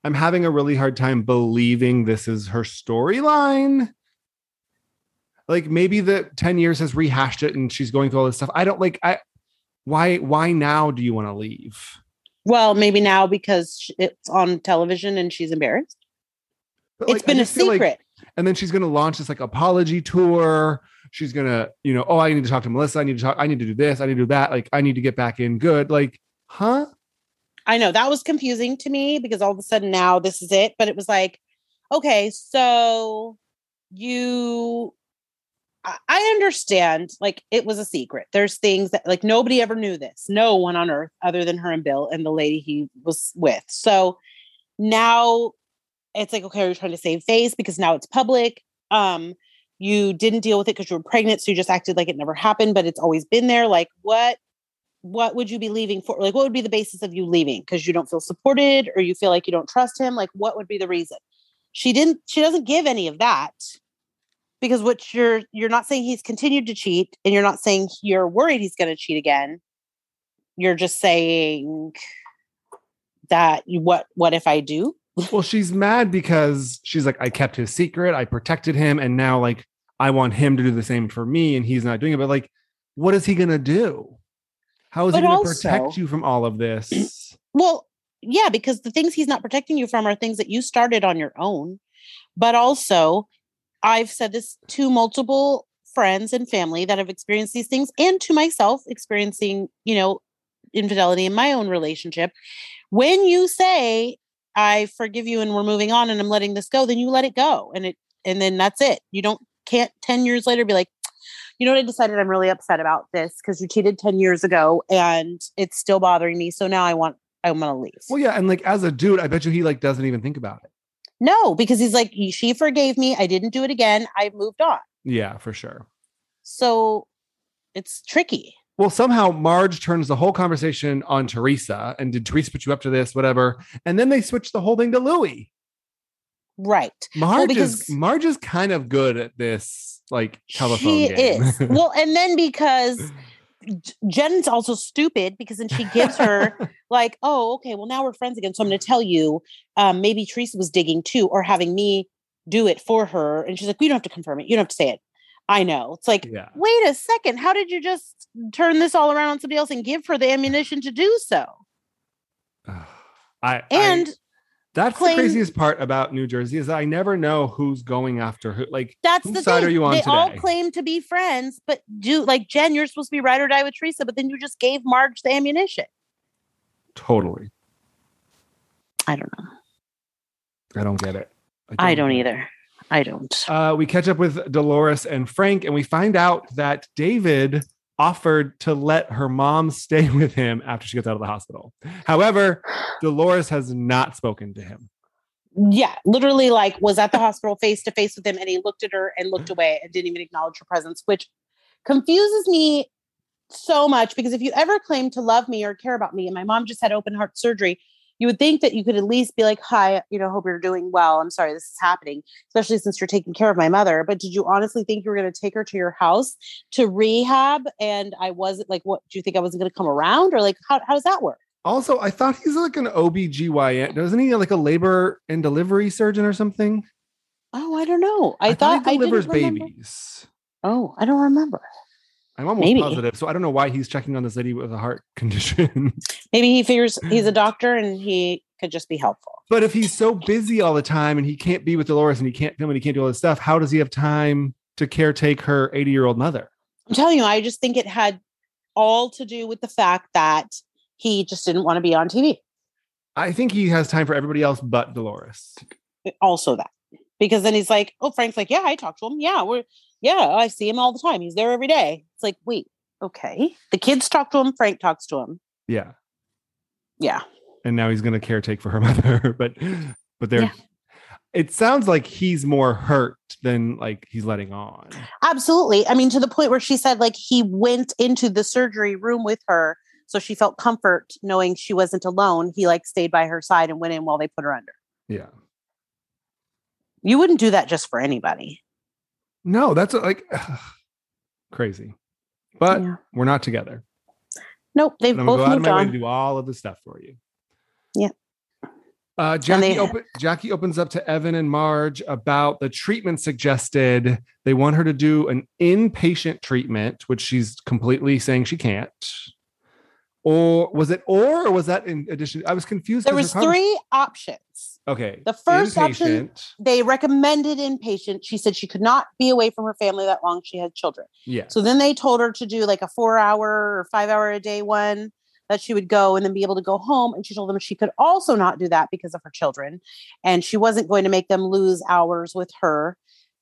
[SPEAKER 2] I'm having a really hard time believing this is her storyline. Like maybe the 10 years has rehashed it and she's going through all this stuff. I don't like, I, why, why now do you want to leave?
[SPEAKER 1] Well, maybe now because sh- it's on television and she's embarrassed.
[SPEAKER 2] But, like,
[SPEAKER 1] It's
[SPEAKER 2] I
[SPEAKER 1] been a
[SPEAKER 2] just feel like-
[SPEAKER 1] secret.
[SPEAKER 2] and then she's going to launch this like apology tour. She's going to, you know, oh, I need to talk to Melissa. I need to talk. I need to do this. I need to do that. Like, I need to get back in good. Like, huh?
[SPEAKER 1] I know that was confusing to me because all of a sudden now this is it, but it was like, okay, so you I, I understand like it was a secret. There's things that like nobody ever knew this. No one on earth other than her and Bill and the lady he was with. So now it's like okay, you're trying to save face because now it's public. Um you didn't deal with it because you were pregnant, so you just acted like it never happened, but it's always been there. Like what what would you be leaving for? Like, what would be the basis of you leaving? Because you don't feel supported or you feel like you don't trust him? Like, what would be the reason? She didn't, she doesn't give any of that because what you're, you're not saying he's continued to cheat and you're not saying you're worried he's going to cheat again. You're just saying that you- what, what if I do?
[SPEAKER 2] Well, she's mad because she's like, I kept his secret, I protected him, and now like I want him to do the same for me, and he's not doing it. But like, what is he gonna do? How is he
[SPEAKER 1] But
[SPEAKER 2] gonna
[SPEAKER 1] also-
[SPEAKER 2] protect you from all of this?
[SPEAKER 1] Well, yeah, because the things he's not protecting you from are things that you started on your own. But also, I've said this to multiple friends and family that have experienced these things and to myself experiencing, you know, infidelity in my own relationship. When you say, I forgive you and we're moving on and I'm letting this go, then you let it go and it and then that's it. You don't can't 10 years later be like, you know what I decided I'm really upset about this because you cheated 10 years ago and it's still bothering me. So now I want I'm gonna leave.
[SPEAKER 2] well, yeah, and like as a dude, I bet you he like doesn't even think about it.
[SPEAKER 1] No, because he's like, she forgave me. I didn't do it again. I moved on.
[SPEAKER 2] Yeah, for sure.
[SPEAKER 1] So it's tricky.
[SPEAKER 2] Well, somehow Marge turns the whole conversation on Teresa, and did Teresa put you up to this, whatever? And then they switch the whole thing to Louie.
[SPEAKER 1] Right.
[SPEAKER 2] Marge is
[SPEAKER 1] because-
[SPEAKER 2] Marge is kind of good at this like telephone
[SPEAKER 1] she
[SPEAKER 2] game.
[SPEAKER 1] is. well, and then because J- Jen's also stupid because then she gives her like, oh, okay, well now we're friends again. So I'm gonna tell you, um, maybe Teresa was digging too, or having me do it for her. And she's like, We don't have to confirm it, you don't have to say it. I know. It's like,
[SPEAKER 2] yeah.
[SPEAKER 1] wait a second, how did you just turn this all around on somebody else and give her the ammunition to do so?
[SPEAKER 2] Ugh. I I-
[SPEAKER 1] And
[SPEAKER 2] that's
[SPEAKER 1] claim-
[SPEAKER 2] the craziest part about New Jersey is that I never know who's going after who. Like
[SPEAKER 1] That's
[SPEAKER 2] Whose
[SPEAKER 1] the
[SPEAKER 2] side
[SPEAKER 1] thing.
[SPEAKER 2] are you on
[SPEAKER 1] they all
[SPEAKER 2] today?
[SPEAKER 1] claim to be friends, but do like Jen, you're supposed to be ride or die with Teresa, but then you just gave Marge the ammunition.
[SPEAKER 2] totally,
[SPEAKER 1] I don't know.
[SPEAKER 2] I don't get it.
[SPEAKER 1] I don't
[SPEAKER 2] get it.
[SPEAKER 1] either. I don't.
[SPEAKER 2] Uh, we catch up with Dolores and Frank, and we find out that David offered to let her mom stay with him after she gets out of the hospital. However, Dolores has not spoken to him.
[SPEAKER 1] Yeah, literally, like was at the hospital face to face with him, and he looked at her and looked away and didn't even acknowledge her presence, which confuses me so much because if you ever claim to love me or care about me, and my mom just had open heart surgery, you would think that you could at least be like, Hi, you know, hope you're doing well. I'm sorry this is happening, especially since you're taking care of my mother. But did you honestly think you were going to take her to your house to rehab? And I wasn't like, What do you think I wasn't going to come around? Or like, how, how does that work?
[SPEAKER 2] Also, I thought he's like an OBGYN. Doesn't he like a labor and delivery surgeon or something?
[SPEAKER 1] Oh, I don't know. I, thought,
[SPEAKER 2] he delivers
[SPEAKER 1] I didn't remember.
[SPEAKER 2] babies.
[SPEAKER 1] Oh, I don't remember.
[SPEAKER 2] I'm almost
[SPEAKER 1] Maybe.
[SPEAKER 2] positive. So I don't know why he's checking on this lady with a heart condition.
[SPEAKER 1] Maybe he figures he's a doctor and he could just be helpful.
[SPEAKER 2] but if he's so busy all the time and he can't be with Dolores and he can't film and he can't do all this stuff, how does he have time to caretake her 80 year old mother?
[SPEAKER 1] I'm telling you, I just think it had all to do with the fact that he just didn't want to be on TV.
[SPEAKER 2] I think he has time for everybody else but Dolores.
[SPEAKER 1] eh, Also, that because then he's like, "Oh, Frank's like, yeah, I talk to him. Yeah, we're yeah, I see him all the time. He's there every day." It's like, wait, okay, the kids talk to him. Frank talks to him.
[SPEAKER 2] Yeah.
[SPEAKER 1] Yeah,
[SPEAKER 2] And now he's going to caretake for her mother. but, but they're,
[SPEAKER 1] Yeah.
[SPEAKER 2] it sounds like he's more hurt than like he's letting on.
[SPEAKER 1] absolutely. I mean, to the point where she said like he went into the surgery room with her, so she felt comfort knowing she wasn't alone. He like stayed by her side and went in while they put her under.
[SPEAKER 2] Yeah.
[SPEAKER 1] You wouldn't do that just for anybody.
[SPEAKER 2] No, that's like crazy. But
[SPEAKER 1] Yeah.
[SPEAKER 2] we're not together.
[SPEAKER 1] Nope, they've
[SPEAKER 2] And I'm gonna
[SPEAKER 1] both
[SPEAKER 2] go out of
[SPEAKER 1] moved
[SPEAKER 2] my way to
[SPEAKER 1] on.
[SPEAKER 2] do all of the stuff for you.
[SPEAKER 1] Yeah.
[SPEAKER 2] Uh, Jackie,
[SPEAKER 1] they-
[SPEAKER 2] open, Jackie opens up to Evan and Marge about the treatment suggested. They want her to do an inpatient treatment, which she's completely saying she can't. Or was it or, or was that in addition? I was confused.
[SPEAKER 1] There
[SPEAKER 2] 'cause
[SPEAKER 1] was
[SPEAKER 2] her convers-
[SPEAKER 1] three options.
[SPEAKER 2] Okay.
[SPEAKER 1] The first option
[SPEAKER 2] Inpatient,
[SPEAKER 1] they recommended inpatient. She said she could not be away from her family that long. She had children.
[SPEAKER 2] Yeah.
[SPEAKER 1] So then they told her to do like a four hour or five hour a day one that she would go and then be able to go home. And she told them she could also not do that because of her children. And she wasn't going to make them lose hours with her.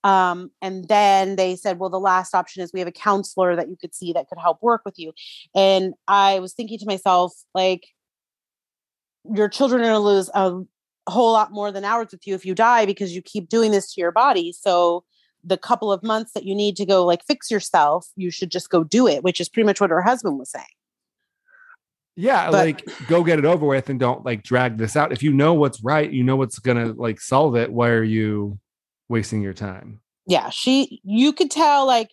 [SPEAKER 1] Um, and then they said, well, the last option is we have a counselor that you could see that could help work with you. And I was thinking to myself, like, your children are going to lose a whole lot more than hours with you if you die because you keep doing this to your body. So, the couple of months that you need to go like fix yourself, you should just go do it, which is pretty much what her husband was saying.
[SPEAKER 2] Yeah,
[SPEAKER 1] But-
[SPEAKER 2] like go get it over with and don't like drag this out. If you know what's right, you know what's gonna like solve it. Why are you wasting your time?
[SPEAKER 1] Yeah, she you could tell like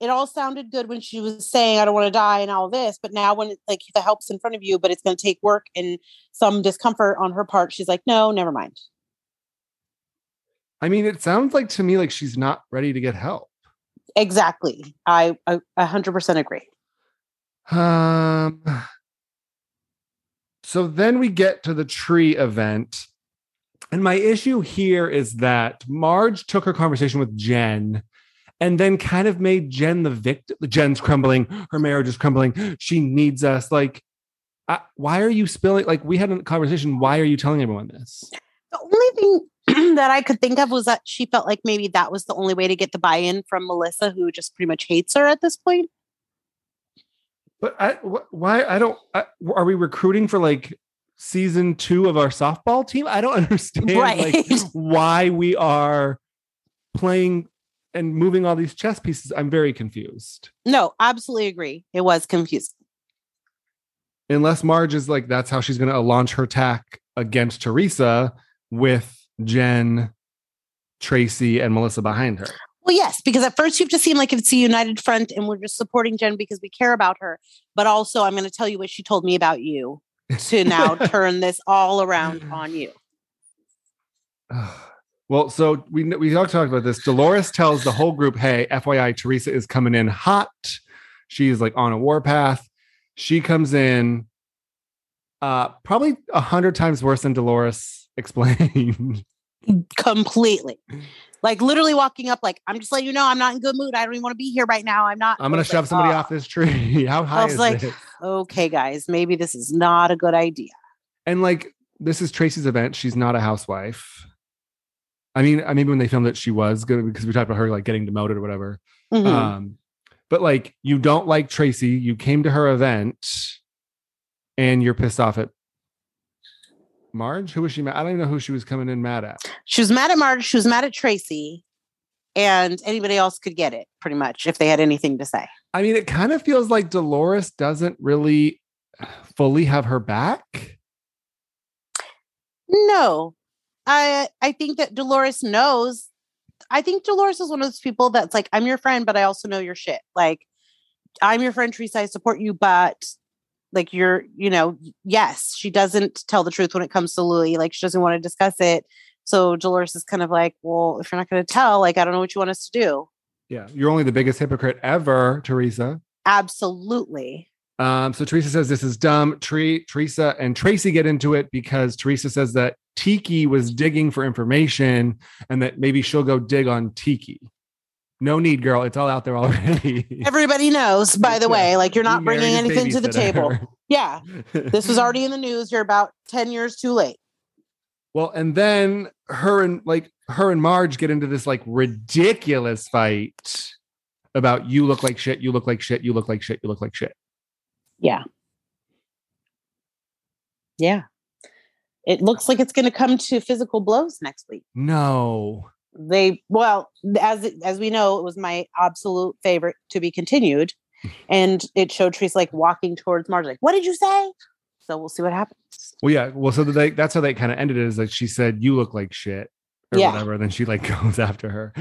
[SPEAKER 1] it all sounded good when she was saying I don't want to die and all this, but now when it's like the help's in front of you, but it's going to take work and some discomfort on her part, she's like, "No, never mind."
[SPEAKER 2] I mean, it sounds like to me like she's not ready to get help.
[SPEAKER 1] Exactly. I I- a 100% agree.
[SPEAKER 2] Um so then we get to the tree event. And my issue here is that Marge took her conversation with Jen and then kind of made Jen the victim. Jen's crumbling, her marriage is crumbling. She needs us. Like, I, why are you spilling? Like, we had a conversation. Why are you telling everyone this?
[SPEAKER 1] The only thing that I could think of was that she felt like maybe that was the only way to get the buy-in from Melissa, who just pretty much hates her at this point.
[SPEAKER 2] But I, wh- why? I don't. I, are we recruiting for like season two of our softball team? I don't understand.
[SPEAKER 1] Right.
[SPEAKER 2] Like, why we are playing and moving all these chess pieces. I'm very confused.
[SPEAKER 1] No, absolutely agree. It was confusing.
[SPEAKER 2] Unless Marge is like, that's how she's going to launch her attack against Teresa with Jen, Tracy, and Melissa behind her.
[SPEAKER 1] Well, yes, because at first you have to seem like it's a united front and we're just supporting Jen because we care about her. But also, I'm going to tell you what she told me about you to now turn this all around on you.
[SPEAKER 2] well, so we we talked talked about this. Dolores tells the whole group, "Hey, FYI, Teresa is coming in hot. She's like on a warpath. She comes in, uh, probably a hundred times worse than Dolores explained.
[SPEAKER 1] Completely. Like literally walking up, like, I'm just letting you know I'm not in good mood. I don't even want to be here right now. I'm not.
[SPEAKER 2] I'm gonna
[SPEAKER 1] It's
[SPEAKER 2] shove
[SPEAKER 1] like,
[SPEAKER 2] somebody
[SPEAKER 1] "Oh,
[SPEAKER 2] off this tree. How high
[SPEAKER 1] was
[SPEAKER 2] is
[SPEAKER 1] like-
[SPEAKER 2] it?
[SPEAKER 1] Okay, guys, maybe this is not a good idea.
[SPEAKER 2] And like, this is Tracy's event. She's not a housewife. I mean, I maybe when they filmed it, she was good because we talked about her like getting demoted or whatever.
[SPEAKER 1] Mhm.
[SPEAKER 2] Um, But like, you don't like Tracy. You came to her event, and you're pissed off at Marge. Who was she mad? I don't even know who she was coming in mad at.
[SPEAKER 1] She was mad at Marge. She was mad at Tracy, and anybody else could get it pretty much if they had anything to say.
[SPEAKER 2] I mean, it kind of feels like Dolores doesn't really fully have her back.
[SPEAKER 1] No, I I think that Dolores knows. I think Dolores is one of those people that's like, I'm your friend, but I also know your shit. Like, I'm your friend, Teresa. I support you, but like you're, you know, yes, she doesn't tell the truth when it comes to Louis. Like, she doesn't want to discuss it. So Dolores is kind of like, well, if you're not going to tell, like, I don't know what you want us to do.
[SPEAKER 2] Yeah, you're only the biggest hypocrite ever, Teresa.
[SPEAKER 1] Absolutely.
[SPEAKER 2] Um, so Teresa says this is dumb. Tre- Teresa and Tracy get into it because Teresa says that Tiki was digging for information and that maybe she'll go dig on Tiki. No need, girl. It's all out there already.
[SPEAKER 1] Everybody knows, by the way, like you're not
[SPEAKER 2] You
[SPEAKER 1] bringing
[SPEAKER 2] married a
[SPEAKER 1] anything to the table.
[SPEAKER 2] babysitter.
[SPEAKER 1] Yeah. This was already in the news. You're about 10 years too late.
[SPEAKER 2] well, and then her and like her and Marge get into this like ridiculous fight about you look like shit, you look like shit, you look like shit, you look like shit.
[SPEAKER 1] Yeah. Yeah. It looks like it's going to come to physical blows next week.
[SPEAKER 2] No.
[SPEAKER 1] They well, as as we know, it was my absolute favorite to be continued, and it showed Trace like walking towards Marge, like, "What did you say?" So we'll see what happens.
[SPEAKER 2] Well, yeah. Well, so they, that's how they kind of ended it is like she said, You look like shit or
[SPEAKER 1] Yeah.
[SPEAKER 2] whatever. And then she like goes after her.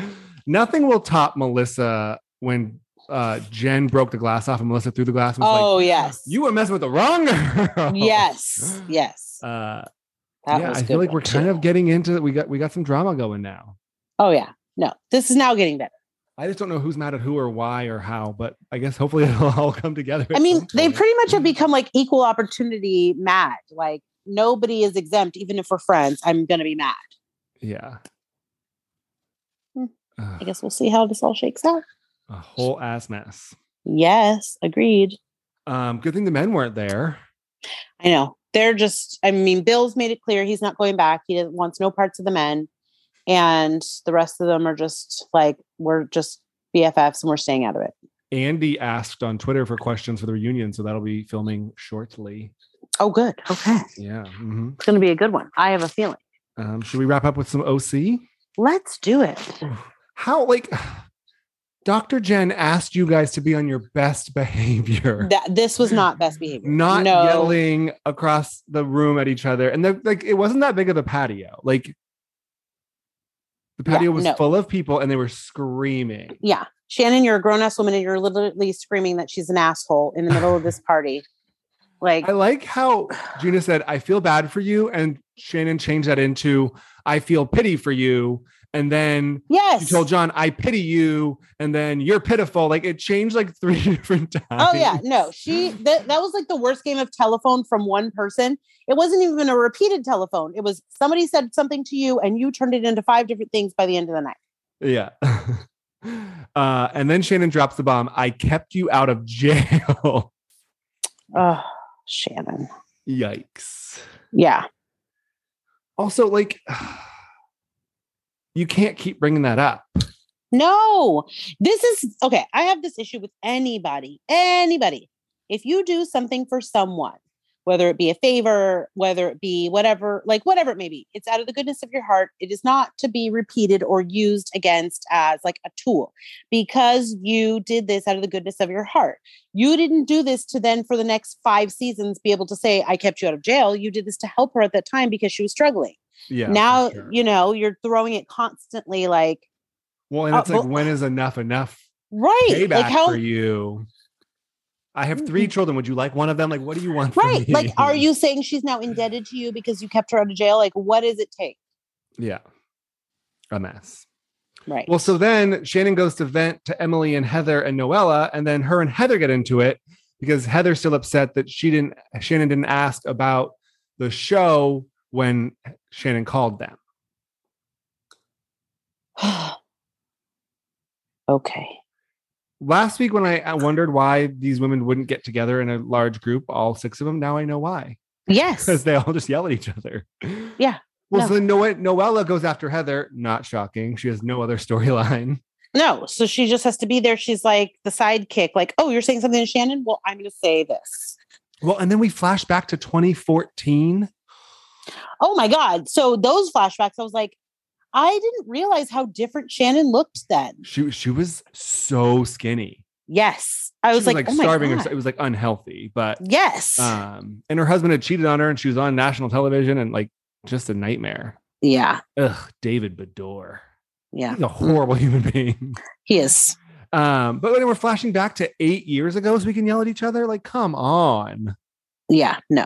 [SPEAKER 2] Nothing will top Melissa when uh Jen broke the glass off and Melissa threw the glass and was
[SPEAKER 1] Oh
[SPEAKER 2] like,
[SPEAKER 1] yes,
[SPEAKER 2] You were messing with the wrong girl.
[SPEAKER 1] yes, yes.
[SPEAKER 2] Uh,
[SPEAKER 1] That
[SPEAKER 2] yeah,
[SPEAKER 1] was
[SPEAKER 2] I
[SPEAKER 1] a
[SPEAKER 2] feel
[SPEAKER 1] good
[SPEAKER 2] like
[SPEAKER 1] one,
[SPEAKER 2] we're kind
[SPEAKER 1] too.
[SPEAKER 2] of getting into that. We got we got some drama going now.
[SPEAKER 1] Oh yeah, no, this is now getting better.
[SPEAKER 2] I just don't know who's mad at who or why or how, but I guess hopefully it'll all come together.
[SPEAKER 1] I
[SPEAKER 2] at
[SPEAKER 1] mean,
[SPEAKER 2] some
[SPEAKER 1] they
[SPEAKER 2] point.
[SPEAKER 1] pretty much have become like equal opportunity mad. Like nobody is exempt, even if we're friends. I'm gonna be mad.
[SPEAKER 2] yeah.
[SPEAKER 1] Hmm.
[SPEAKER 2] Ugh,
[SPEAKER 1] I guess we'll see how this all shakes out.
[SPEAKER 2] a whole ass mess.
[SPEAKER 1] Yes, agreed.
[SPEAKER 2] Um, good thing the men weren't there.
[SPEAKER 1] I know. They're just, I mean, Bill's made it clear he's not going back. He doesn't, wants no parts of the men. And the rest of them are just like, we're just BFFs and we're staying out of it.
[SPEAKER 2] Andy asked on Twitter for questions for the reunion, so that'll be filming shortly.
[SPEAKER 1] Oh, good. Okay.
[SPEAKER 2] Yeah. mhm.
[SPEAKER 1] It's going to be a good one. I have a feeling.
[SPEAKER 2] Um, should we wrap up with some OC?
[SPEAKER 1] Let's do it.
[SPEAKER 2] How like Dr. Jen asked you guys to be on your best behavior.
[SPEAKER 1] That, this was not best behavior.
[SPEAKER 2] not
[SPEAKER 1] no.
[SPEAKER 2] yelling across the room at each other. And they're like, it wasn't that big of a patio. Like, the
[SPEAKER 1] Yeah,
[SPEAKER 2] patio was
[SPEAKER 1] no.
[SPEAKER 2] full of people and they were screaming.
[SPEAKER 1] Yeah. Shannon, you're a grown ass woman and you're literally screaming that she's an asshole in the middle of this party. Like,
[SPEAKER 2] I like how Gina said, I feel bad for you. And Shannon changed that into, I feel pity for you. And then
[SPEAKER 1] yes.
[SPEAKER 2] she told John, I pity you. And then you're pitiful. Like, it changed like three different times.
[SPEAKER 1] Oh yeah, no, she that that was like the worst game of telephone from one person. It wasn't even a repeated telephone. It was somebody said something to you and you turned it into five different things by the end of the night.
[SPEAKER 2] Yeah. Uh, and then Shannon drops the bomb. I kept you out of jail.
[SPEAKER 1] Oh, Shannon.
[SPEAKER 2] Yikes.
[SPEAKER 1] Yeah.
[SPEAKER 2] Also, like, you can't keep bringing that up.
[SPEAKER 1] No. This is okay, I have this issue with anybody. Anybody. If you do something for someone, whether it be a favor, whether it be whatever, like whatever it may be, it's out of the goodness of your heart. It is not to be repeated or used against as like a tool because you did this out of the goodness of your heart. You didn't do this to then for the next five seasons be able to say, I kept you out of jail. You did this to help her at that time because she was struggling.
[SPEAKER 2] Yeah.
[SPEAKER 1] now,
[SPEAKER 2] for sure.
[SPEAKER 1] you know, you're throwing it constantly like,
[SPEAKER 2] well, and
[SPEAKER 1] Oh,
[SPEAKER 2] it's like,
[SPEAKER 1] well-
[SPEAKER 2] when is enough enough?
[SPEAKER 1] right.
[SPEAKER 2] Payback
[SPEAKER 1] like how Mm-hmm.
[SPEAKER 2] for you. I have three children. Would you like one of them? Like, what do you want? from
[SPEAKER 1] Right. Like,
[SPEAKER 2] me?
[SPEAKER 1] are you saying she's now indebted to you because you kept her out of jail? Like, what does it take?
[SPEAKER 2] Yeah. A mess.
[SPEAKER 1] Right.
[SPEAKER 2] Well, so then Shannon goes to vent to Emily and Heather and Noella, and then her and Heather get into it because Heather's still upset that she didn't Shannon didn't ask about the show when Shannon called them.
[SPEAKER 1] okay.
[SPEAKER 2] Last week when I I wondered why these women wouldn't get together in a large group, all six of them, now I know why.
[SPEAKER 1] Yes.
[SPEAKER 2] Because they all just yell at each other.
[SPEAKER 1] Yeah,
[SPEAKER 2] Well,
[SPEAKER 1] no.
[SPEAKER 2] so then Noe- Noella goes after Heather. Not shocking. She has no other storyline.
[SPEAKER 1] No, so she just has to be there. She's like the sidekick, like, oh, you're saying something to Shannon? Well, I'm going to say this.
[SPEAKER 2] Well, and then we flash back to 2014.
[SPEAKER 1] Oh my God. So those flashbacks, I was like, I didn't realize how different Shannon looked then.
[SPEAKER 2] She she was so skinny.
[SPEAKER 1] Yes. I was,
[SPEAKER 2] she
[SPEAKER 1] like,
[SPEAKER 2] like
[SPEAKER 1] oh my
[SPEAKER 2] starving.
[SPEAKER 1] God.
[SPEAKER 2] herself. It was like unhealthy, but
[SPEAKER 1] Yes.
[SPEAKER 2] um, and her husband had cheated on her, and she was on national television, and like just a nightmare.
[SPEAKER 1] yeah.
[SPEAKER 2] Ugh, David Bador.
[SPEAKER 1] Yeah.
[SPEAKER 2] He's a horrible human being.
[SPEAKER 1] He is.
[SPEAKER 2] Um, but when we're flashing back to eight years ago, so we can yell at each other. Like, come on.
[SPEAKER 1] Yeah. No.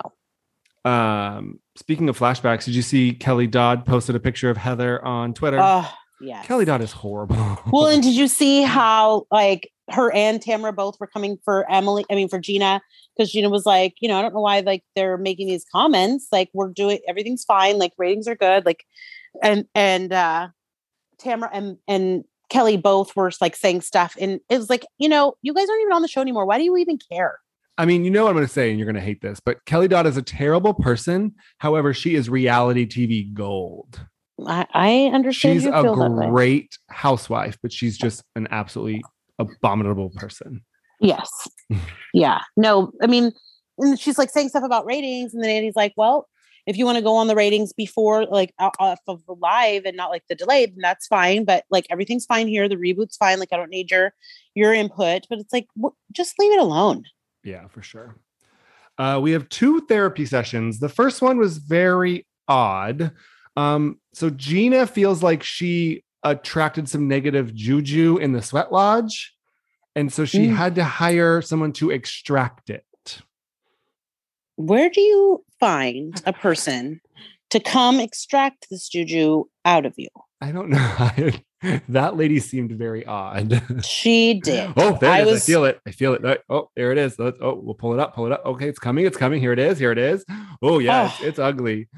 [SPEAKER 2] Um, speaking of flashbacks, did you see Kelly Dodd posted a picture of Heather on Twitter?
[SPEAKER 1] Oh, yeah.
[SPEAKER 2] Kelly Dodd is horrible.
[SPEAKER 1] Well, and did you see how like her and Tamara both were coming for Emily? I mean, for Gina, because Gina was like, you know, I don't know why like they're making these comments. Like we're doing everything's fine. Like ratings are good. Like, and and uh Tamara and and Kelly both were like saying stuff, and it was like, you know, you guys aren't even on the show anymore. Why do you even care?
[SPEAKER 2] I mean, you know what I'm going to say, and you're going to hate this, but Kelly Dodd is a terrible person. However, she is reality TV gold.
[SPEAKER 1] I, I understand
[SPEAKER 2] She's
[SPEAKER 1] you
[SPEAKER 2] a
[SPEAKER 1] feel that way.
[SPEAKER 2] great housewife, but she's just an absolutely abominable person.
[SPEAKER 1] Yes.
[SPEAKER 2] Hmm.
[SPEAKER 1] yeah. No, I mean, and she's like saying stuff about ratings, and then Andy's like, "Well, if you want to go on the ratings before, like o- off of the live and not like the delayed, then that's fine. But like everything's fine here. The reboot's fine. Like I don't need your your input. But it's like, wh- just leave it alone.
[SPEAKER 2] Yeah, for sure. Uh, we have two therapy sessions. The first one was very odd. Um, so Gina feels like she attracted some negative juju in the sweat lodge, and so she
[SPEAKER 1] Mm.
[SPEAKER 2] had to hire someone to extract it.
[SPEAKER 1] Where do you find a person to come extract this juju out of you?
[SPEAKER 2] I don't know. that lady seemed very odd.
[SPEAKER 1] She did.
[SPEAKER 2] Oh, there
[SPEAKER 1] I
[SPEAKER 2] it is.
[SPEAKER 1] was-
[SPEAKER 2] I feel it. I feel it. Uh, Oh, there it is. Let's- oh, we'll pull it up. Pull it up. Okay, it's coming. It's coming. Here it is. Here it is. Oh, yeah. it's,
[SPEAKER 1] Ugh.
[SPEAKER 2] it's ugly.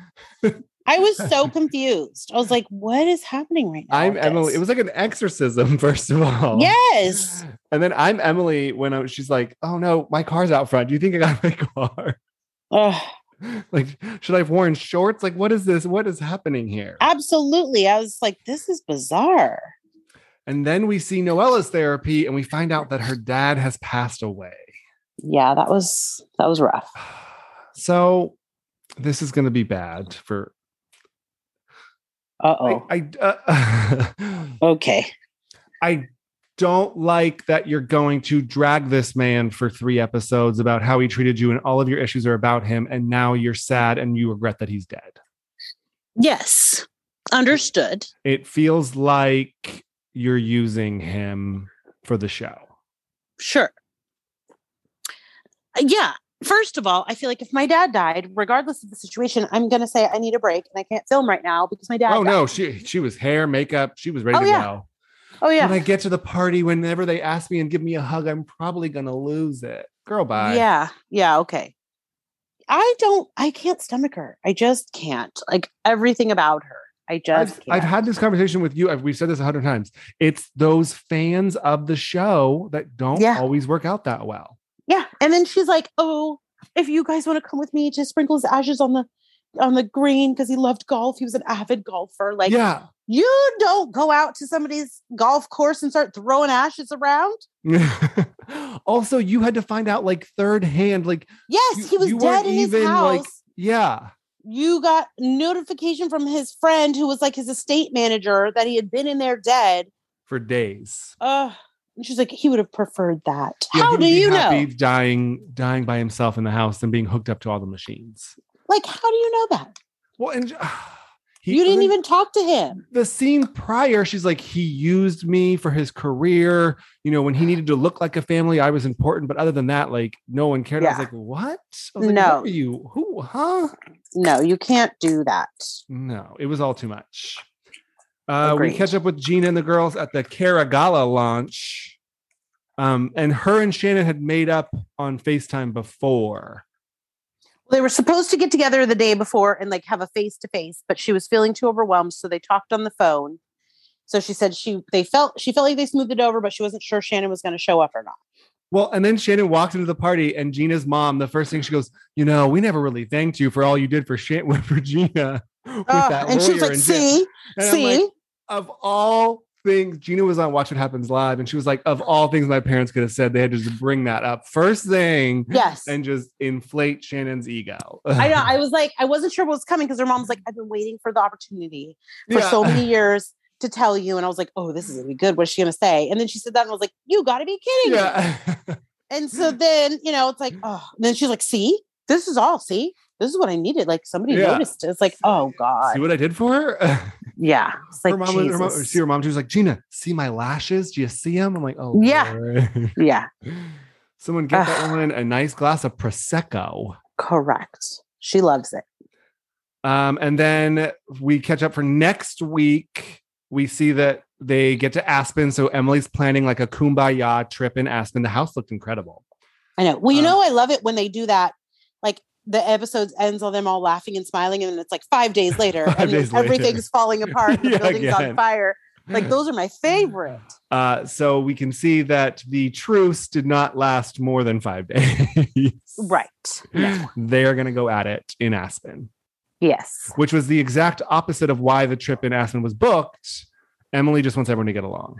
[SPEAKER 1] I was so confused. I was like, "What is happening right now?"
[SPEAKER 2] I'm
[SPEAKER 1] with
[SPEAKER 2] Emily.
[SPEAKER 1] this?
[SPEAKER 2] It was like an exorcism, first of all.
[SPEAKER 1] yes.
[SPEAKER 2] And then I'm Emily when I, she's like, oh, no, my car's out front. Do you think I got my car?
[SPEAKER 1] Ugh.
[SPEAKER 2] like, should I have worn shorts? Like, what is this? What is happening here?
[SPEAKER 1] Absolutely. I was like, this is bizarre.
[SPEAKER 2] and then we see Noella's therapy and we find out that her dad has passed away.
[SPEAKER 1] Yeah, that was that was rough.
[SPEAKER 2] So this is going to be bad for
[SPEAKER 1] Uh oh.
[SPEAKER 2] I, I, uh,
[SPEAKER 1] Okay.
[SPEAKER 2] I don't like that you're going to drag this man for three episodes about how he treated you and all of your issues are about him. And now you're sad and you regret that he's dead.
[SPEAKER 1] Yes. Understood.
[SPEAKER 2] It feels like you're using him for the show.
[SPEAKER 1] Sure. Uh, Yeah. First of all, I feel like if my dad died, regardless of the situation, I'm gonna say I need a break and I can't film right now because my dad.
[SPEAKER 2] oh
[SPEAKER 1] died.
[SPEAKER 2] no, she she was hair, makeup, she was ready
[SPEAKER 1] Oh,
[SPEAKER 2] to
[SPEAKER 1] yeah.
[SPEAKER 2] go.
[SPEAKER 1] Oh yeah.
[SPEAKER 2] When I get to the party, whenever they ask me and give me a hug, I'm probably gonna lose it. Girl, bye.
[SPEAKER 1] Yeah. Yeah. Okay. I don't. I can't stomach her. I just can't. Like everything about her. I just.
[SPEAKER 2] I've,
[SPEAKER 1] can't.
[SPEAKER 2] I've had this conversation with you. I've, we've said this a hundred times. It's those fans of the show that don't
[SPEAKER 1] Yeah.
[SPEAKER 2] always work out that well.
[SPEAKER 1] Yeah. And then she's like, Oh, if you guys want to come with me to sprinkle his ashes on the on the green because he loved golf. He was an avid golfer. Like
[SPEAKER 2] yeah.
[SPEAKER 1] you don't go out to somebody's golf course and start throwing ashes around.
[SPEAKER 2] also, you had to find out like third hand, like
[SPEAKER 1] Yes,
[SPEAKER 2] You-
[SPEAKER 1] he was
[SPEAKER 2] you weren't
[SPEAKER 1] dead in his
[SPEAKER 2] even,
[SPEAKER 1] house.
[SPEAKER 2] like- yeah,
[SPEAKER 1] you got notification from his friend who was like his estate manager that he had been in there dead.
[SPEAKER 2] for days.
[SPEAKER 1] Ugh. And she's like, he would have preferred that.
[SPEAKER 2] Yeah, he
[SPEAKER 1] How
[SPEAKER 2] would
[SPEAKER 1] do
[SPEAKER 2] be
[SPEAKER 1] you
[SPEAKER 2] happy
[SPEAKER 1] know?
[SPEAKER 2] Dying, dying by himself in the house and being hooked up to all the machines.
[SPEAKER 1] Like, how do you know that?
[SPEAKER 2] Well, and he,
[SPEAKER 1] you didn't
[SPEAKER 2] and then
[SPEAKER 1] even talk to him.
[SPEAKER 2] the scene prior. She's like, he used me for his career. You know, when he needed to look like a family, I was important. But other than that, like no one cared. I was
[SPEAKER 1] Yeah.
[SPEAKER 2] like, what? I was like,
[SPEAKER 1] No.
[SPEAKER 2] what are you? Who? Huh?
[SPEAKER 1] No, you can't do that.
[SPEAKER 2] No, it was all too much. Uh, we
[SPEAKER 1] Agreed.
[SPEAKER 2] catch up with Gina and the girls at the Cara Gala launch. Um, and her and Shannon had made up on FaceTime before.
[SPEAKER 1] they were supposed to get together the day before and like have a face to face, but she was feeling too overwhelmed, so they talked on the phone. So she said she they felt she felt like they smoothed it over, but she wasn't sure Shannon was going to show up or not.
[SPEAKER 2] Well, and then Shannon walked into the party, and Gina's mom, the first thing she goes, You know, we never really thanked you for all you did for, Shan- for Gina. With
[SPEAKER 1] Ah,
[SPEAKER 2] that
[SPEAKER 1] and she was
[SPEAKER 2] lawyer
[SPEAKER 1] like,
[SPEAKER 2] jail."
[SPEAKER 1] "See,
[SPEAKER 2] And I'm
[SPEAKER 1] see,
[SPEAKER 2] like, of all things. Gina was on Watch What Happens Live, and she was like, "Of all things, my parents could have said, they had to just bring that up first thing
[SPEAKER 1] Yes.
[SPEAKER 2] and just inflate Shannon's ego."
[SPEAKER 1] I know. I was like, I wasn't sure what was coming because her mom's like, I've been waiting for the opportunity for
[SPEAKER 2] Yeah.
[SPEAKER 1] so many years to tell you. And I was like, oh, this is going to be good. What's she going to say? And then she said that and I was like, you got to be kidding me.
[SPEAKER 2] Yeah.
[SPEAKER 1] And so
[SPEAKER 2] Mm.
[SPEAKER 1] then, you know, it's like, oh, and then she's like, see, this is all, see, this is what I needed. Like somebody
[SPEAKER 2] Yeah.
[SPEAKER 1] noticed. It's like, oh
[SPEAKER 2] See
[SPEAKER 1] God.
[SPEAKER 2] what I did for her?
[SPEAKER 1] Yeah. It's like,
[SPEAKER 2] her mom, was, her mom,
[SPEAKER 1] Jesus.
[SPEAKER 2] see her mom. She was like, "Gina, see my lashes? Do you see them?" I'm like, "Oh,
[SPEAKER 1] Yeah.
[SPEAKER 2] Lord."
[SPEAKER 1] yeah,
[SPEAKER 2] Someone get that
[SPEAKER 1] Ugh.
[SPEAKER 2] woman a nice glass of prosecco.
[SPEAKER 1] correct. She loves it.
[SPEAKER 2] Um, and then we catch up for next week. We see that they get to Aspen, so Emily's planning like a kumbaya trip in Aspen. The house looked incredible.
[SPEAKER 1] I know. Well, you
[SPEAKER 2] Um,
[SPEAKER 1] know, I love it when they do that. Like the episodes ends on them all laughing and smiling, and then it's like five days later,
[SPEAKER 2] Five
[SPEAKER 1] and then
[SPEAKER 2] days later.
[SPEAKER 1] everything's falling apart, and the
[SPEAKER 2] Yeah,
[SPEAKER 1] building's
[SPEAKER 2] again.
[SPEAKER 1] on fire. Like those are my favorite.
[SPEAKER 2] Uh, so we can see that the truce did not last more than five days.
[SPEAKER 1] Right. No.
[SPEAKER 2] They are going to go at it in Aspen.
[SPEAKER 1] Yes.
[SPEAKER 2] which was the exact opposite of why the trip in Aspen was booked. Emily just wants everyone to get along.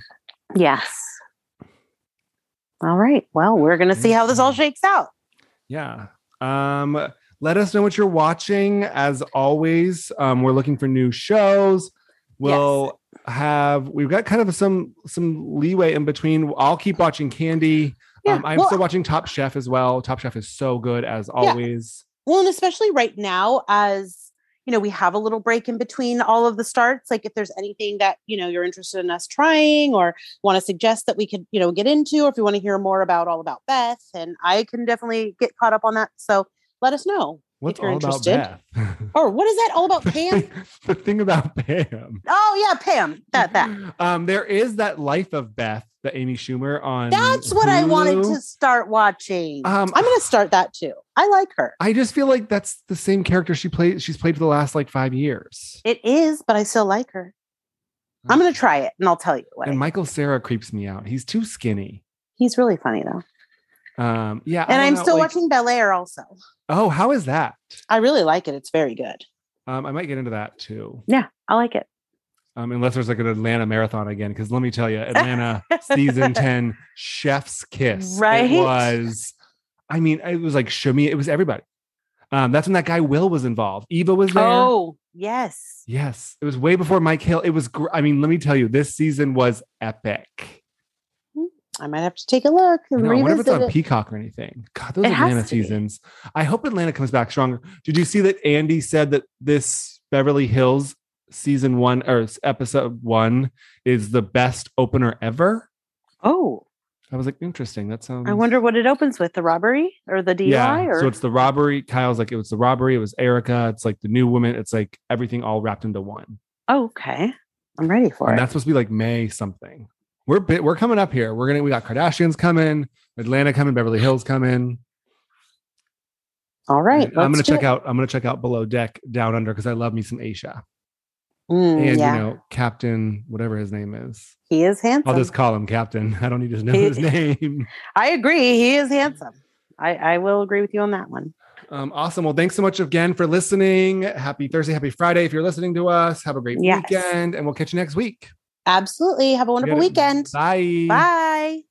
[SPEAKER 1] Yes. All right. Well, we're gonna see how this
[SPEAKER 2] Mm.
[SPEAKER 1] all shakes
[SPEAKER 2] Um,
[SPEAKER 1] out.
[SPEAKER 2] Yeah. Um, let us know what you're watching. As always, um, we're looking for new shows. We'll have we've got kind of some some leeway in between. I'll keep watching Candy.
[SPEAKER 1] Yeah.
[SPEAKER 2] Um, I'm
[SPEAKER 1] well,
[SPEAKER 2] still watching Top Chef as well. Top Chef is so good as always.
[SPEAKER 1] well, and especially right now, as you know, we have a little break in between all of the starts. Like if there's anything that you know you're interested in us trying or want to suggest that we could, you know, get into, or if you want to hear more about all about Beth, and I can definitely get caught up on that. So let us know.
[SPEAKER 2] What's
[SPEAKER 1] you're
[SPEAKER 2] all
[SPEAKER 1] interested.
[SPEAKER 2] about Beth?
[SPEAKER 1] Or what is that all about Pam?
[SPEAKER 2] the thing about Pam.
[SPEAKER 1] oh yeah, Pam. That that.
[SPEAKER 2] Um, there is that Life of Beth, the Amy Schumer on.
[SPEAKER 1] That's what I wanted
[SPEAKER 2] Hulu.
[SPEAKER 1] to start watching.
[SPEAKER 2] Mm-hmm. Um,
[SPEAKER 1] I'm gonna start that too. I like her.
[SPEAKER 2] I just feel like that's the same character she played. She's played for the last like five years.
[SPEAKER 1] It is, but I still like her. I'm gonna try it and I'll tell you what. I-
[SPEAKER 2] And Michael Sarah creeps me out. He's too skinny.
[SPEAKER 1] He's really funny though.
[SPEAKER 2] Um, yeah. I
[SPEAKER 1] And
[SPEAKER 2] don't
[SPEAKER 1] I'm
[SPEAKER 2] know,
[SPEAKER 1] still
[SPEAKER 2] like-
[SPEAKER 1] watching Bel Air also.
[SPEAKER 2] Oh, how is that?
[SPEAKER 1] I really like it. It's very good.
[SPEAKER 2] Um, I might get into that too.
[SPEAKER 1] I like it.
[SPEAKER 2] Um, unless there's like an Atlanta marathon again, because let me tell you, Atlanta season ten, Chef's Kiss.
[SPEAKER 1] Right?
[SPEAKER 2] It was. I mean, it was like Shami. It was everybody. Um, that's when that guy Will was involved. Eva was there.
[SPEAKER 1] Oh, yes.
[SPEAKER 2] Yes, it was way before Mike Hill. It was. Gr- I mean, let me tell you, this season was epic.
[SPEAKER 1] I might have to take a look
[SPEAKER 2] I
[SPEAKER 1] and
[SPEAKER 2] know, I wonder if
[SPEAKER 1] revisit
[SPEAKER 2] it's on
[SPEAKER 1] it.
[SPEAKER 2] Peacock or anything. God, those
[SPEAKER 1] It has
[SPEAKER 2] Atlanta
[SPEAKER 1] to be.
[SPEAKER 2] seasons. I hope Atlanta comes back stronger. Did you see that Andy said that this Beverly Hills season one or s- episode one is the best opener ever?
[SPEAKER 1] Oh,
[SPEAKER 2] I was like, interesting. That sounds.
[SPEAKER 1] I wonder what it opens with the robbery or the DUI
[SPEAKER 2] Yeah.
[SPEAKER 1] or
[SPEAKER 2] So it's the robbery. Kyle's like, it was the robbery. It was Erica. It's like the new woman. It's like everything all wrapped into one.
[SPEAKER 1] oh, okay. I'm ready for
[SPEAKER 2] and
[SPEAKER 1] it.
[SPEAKER 2] that's supposed to be like May something. We're bit, we're coming up here. We're gonna we got Kardashians coming, Atlanta coming, Beverly Hills coming.
[SPEAKER 1] All right.
[SPEAKER 2] I'm gonna
[SPEAKER 1] let's do
[SPEAKER 2] check
[SPEAKER 1] it.
[SPEAKER 2] out I'm gonna check out Below Deck Down Under because I love me some Asia
[SPEAKER 1] Mm,
[SPEAKER 2] and
[SPEAKER 1] yeah,
[SPEAKER 2] you know Captain whatever his name is.
[SPEAKER 1] he is handsome.
[SPEAKER 2] I'll just call him Captain. I don't need to know
[SPEAKER 1] He-
[SPEAKER 2] his name.
[SPEAKER 1] I agree. He is handsome. I, I will agree with you on that one.
[SPEAKER 2] Um, awesome. Well, thanks so much again for listening. Happy Thursday, happy Friday. If you're listening to us, have a great
[SPEAKER 1] Yes.
[SPEAKER 2] weekend, and we'll catch you next week.
[SPEAKER 1] Absolutely. Have a wonderful
[SPEAKER 2] Get it.
[SPEAKER 1] weekend.
[SPEAKER 2] Bye.
[SPEAKER 1] Bye.